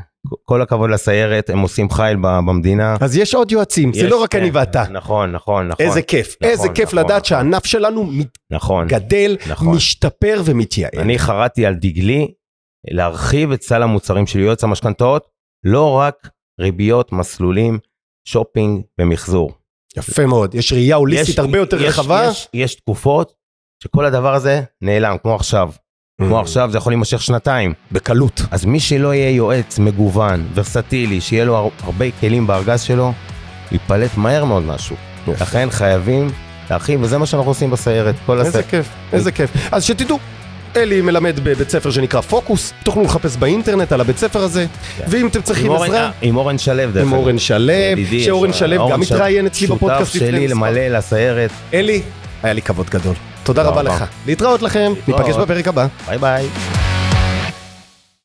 כל הכבוד לסיירת, הם עושים חיל ב- במדינה. אז יש עוד יועצים, זה יש, לא רק אני כן, ואתה. נכון, נכון, נכון. איזה כיף, נכון, איזה כיף נכון, לדעת נכון. שהענף שלנו נכון. מתגדל, נכון. משתפר ומתייעל. אני חרתי על דגלי להרחיב את סל המוצרים של יועץ המשכנתאות לא רק ריביות, מסלולים, שופינג ומחזור. יפה מאוד, יש ראייה הוליסטית הרבה יותר יש, רחבה. יש, יש תקופות שכל הדבר הזה נעלם, כמו עכשיו. Mm. כמו עכשיו זה יכול להימשך שנתיים. בקלות. אז מי שלא יהיה יועץ מגוון, ורסטילי, שיהיה לו הר- הרבה כלים בארגז שלו, ייפלט מהר מאוד משהו. יפה. לכן חייבים להרחיב, וזה מה שאנחנו עושים בסיירת. כל איזה הסיירת. כיף, איזה כיף. אז שתדעו, אלי מלמד בבית ספר שנקרא פוקוס, תוכלו לחפש באינטרנט על הבית ספר הזה, ואם אתם צריכים עזרה, כן. עם אורן שלו, דרך עם אורן שלו, ידידי, שאורן יש- אה, שלו גם אורן שלו, התראיין אצלי בפודקאסט שותף שלי מספר- למלא לסיירת. אלי, היה לי כבוד גדול. תודה רבה תודה רבה. לך. להתראות לכם, להתראות. ניפגש בפרק הבא. ביי ביי.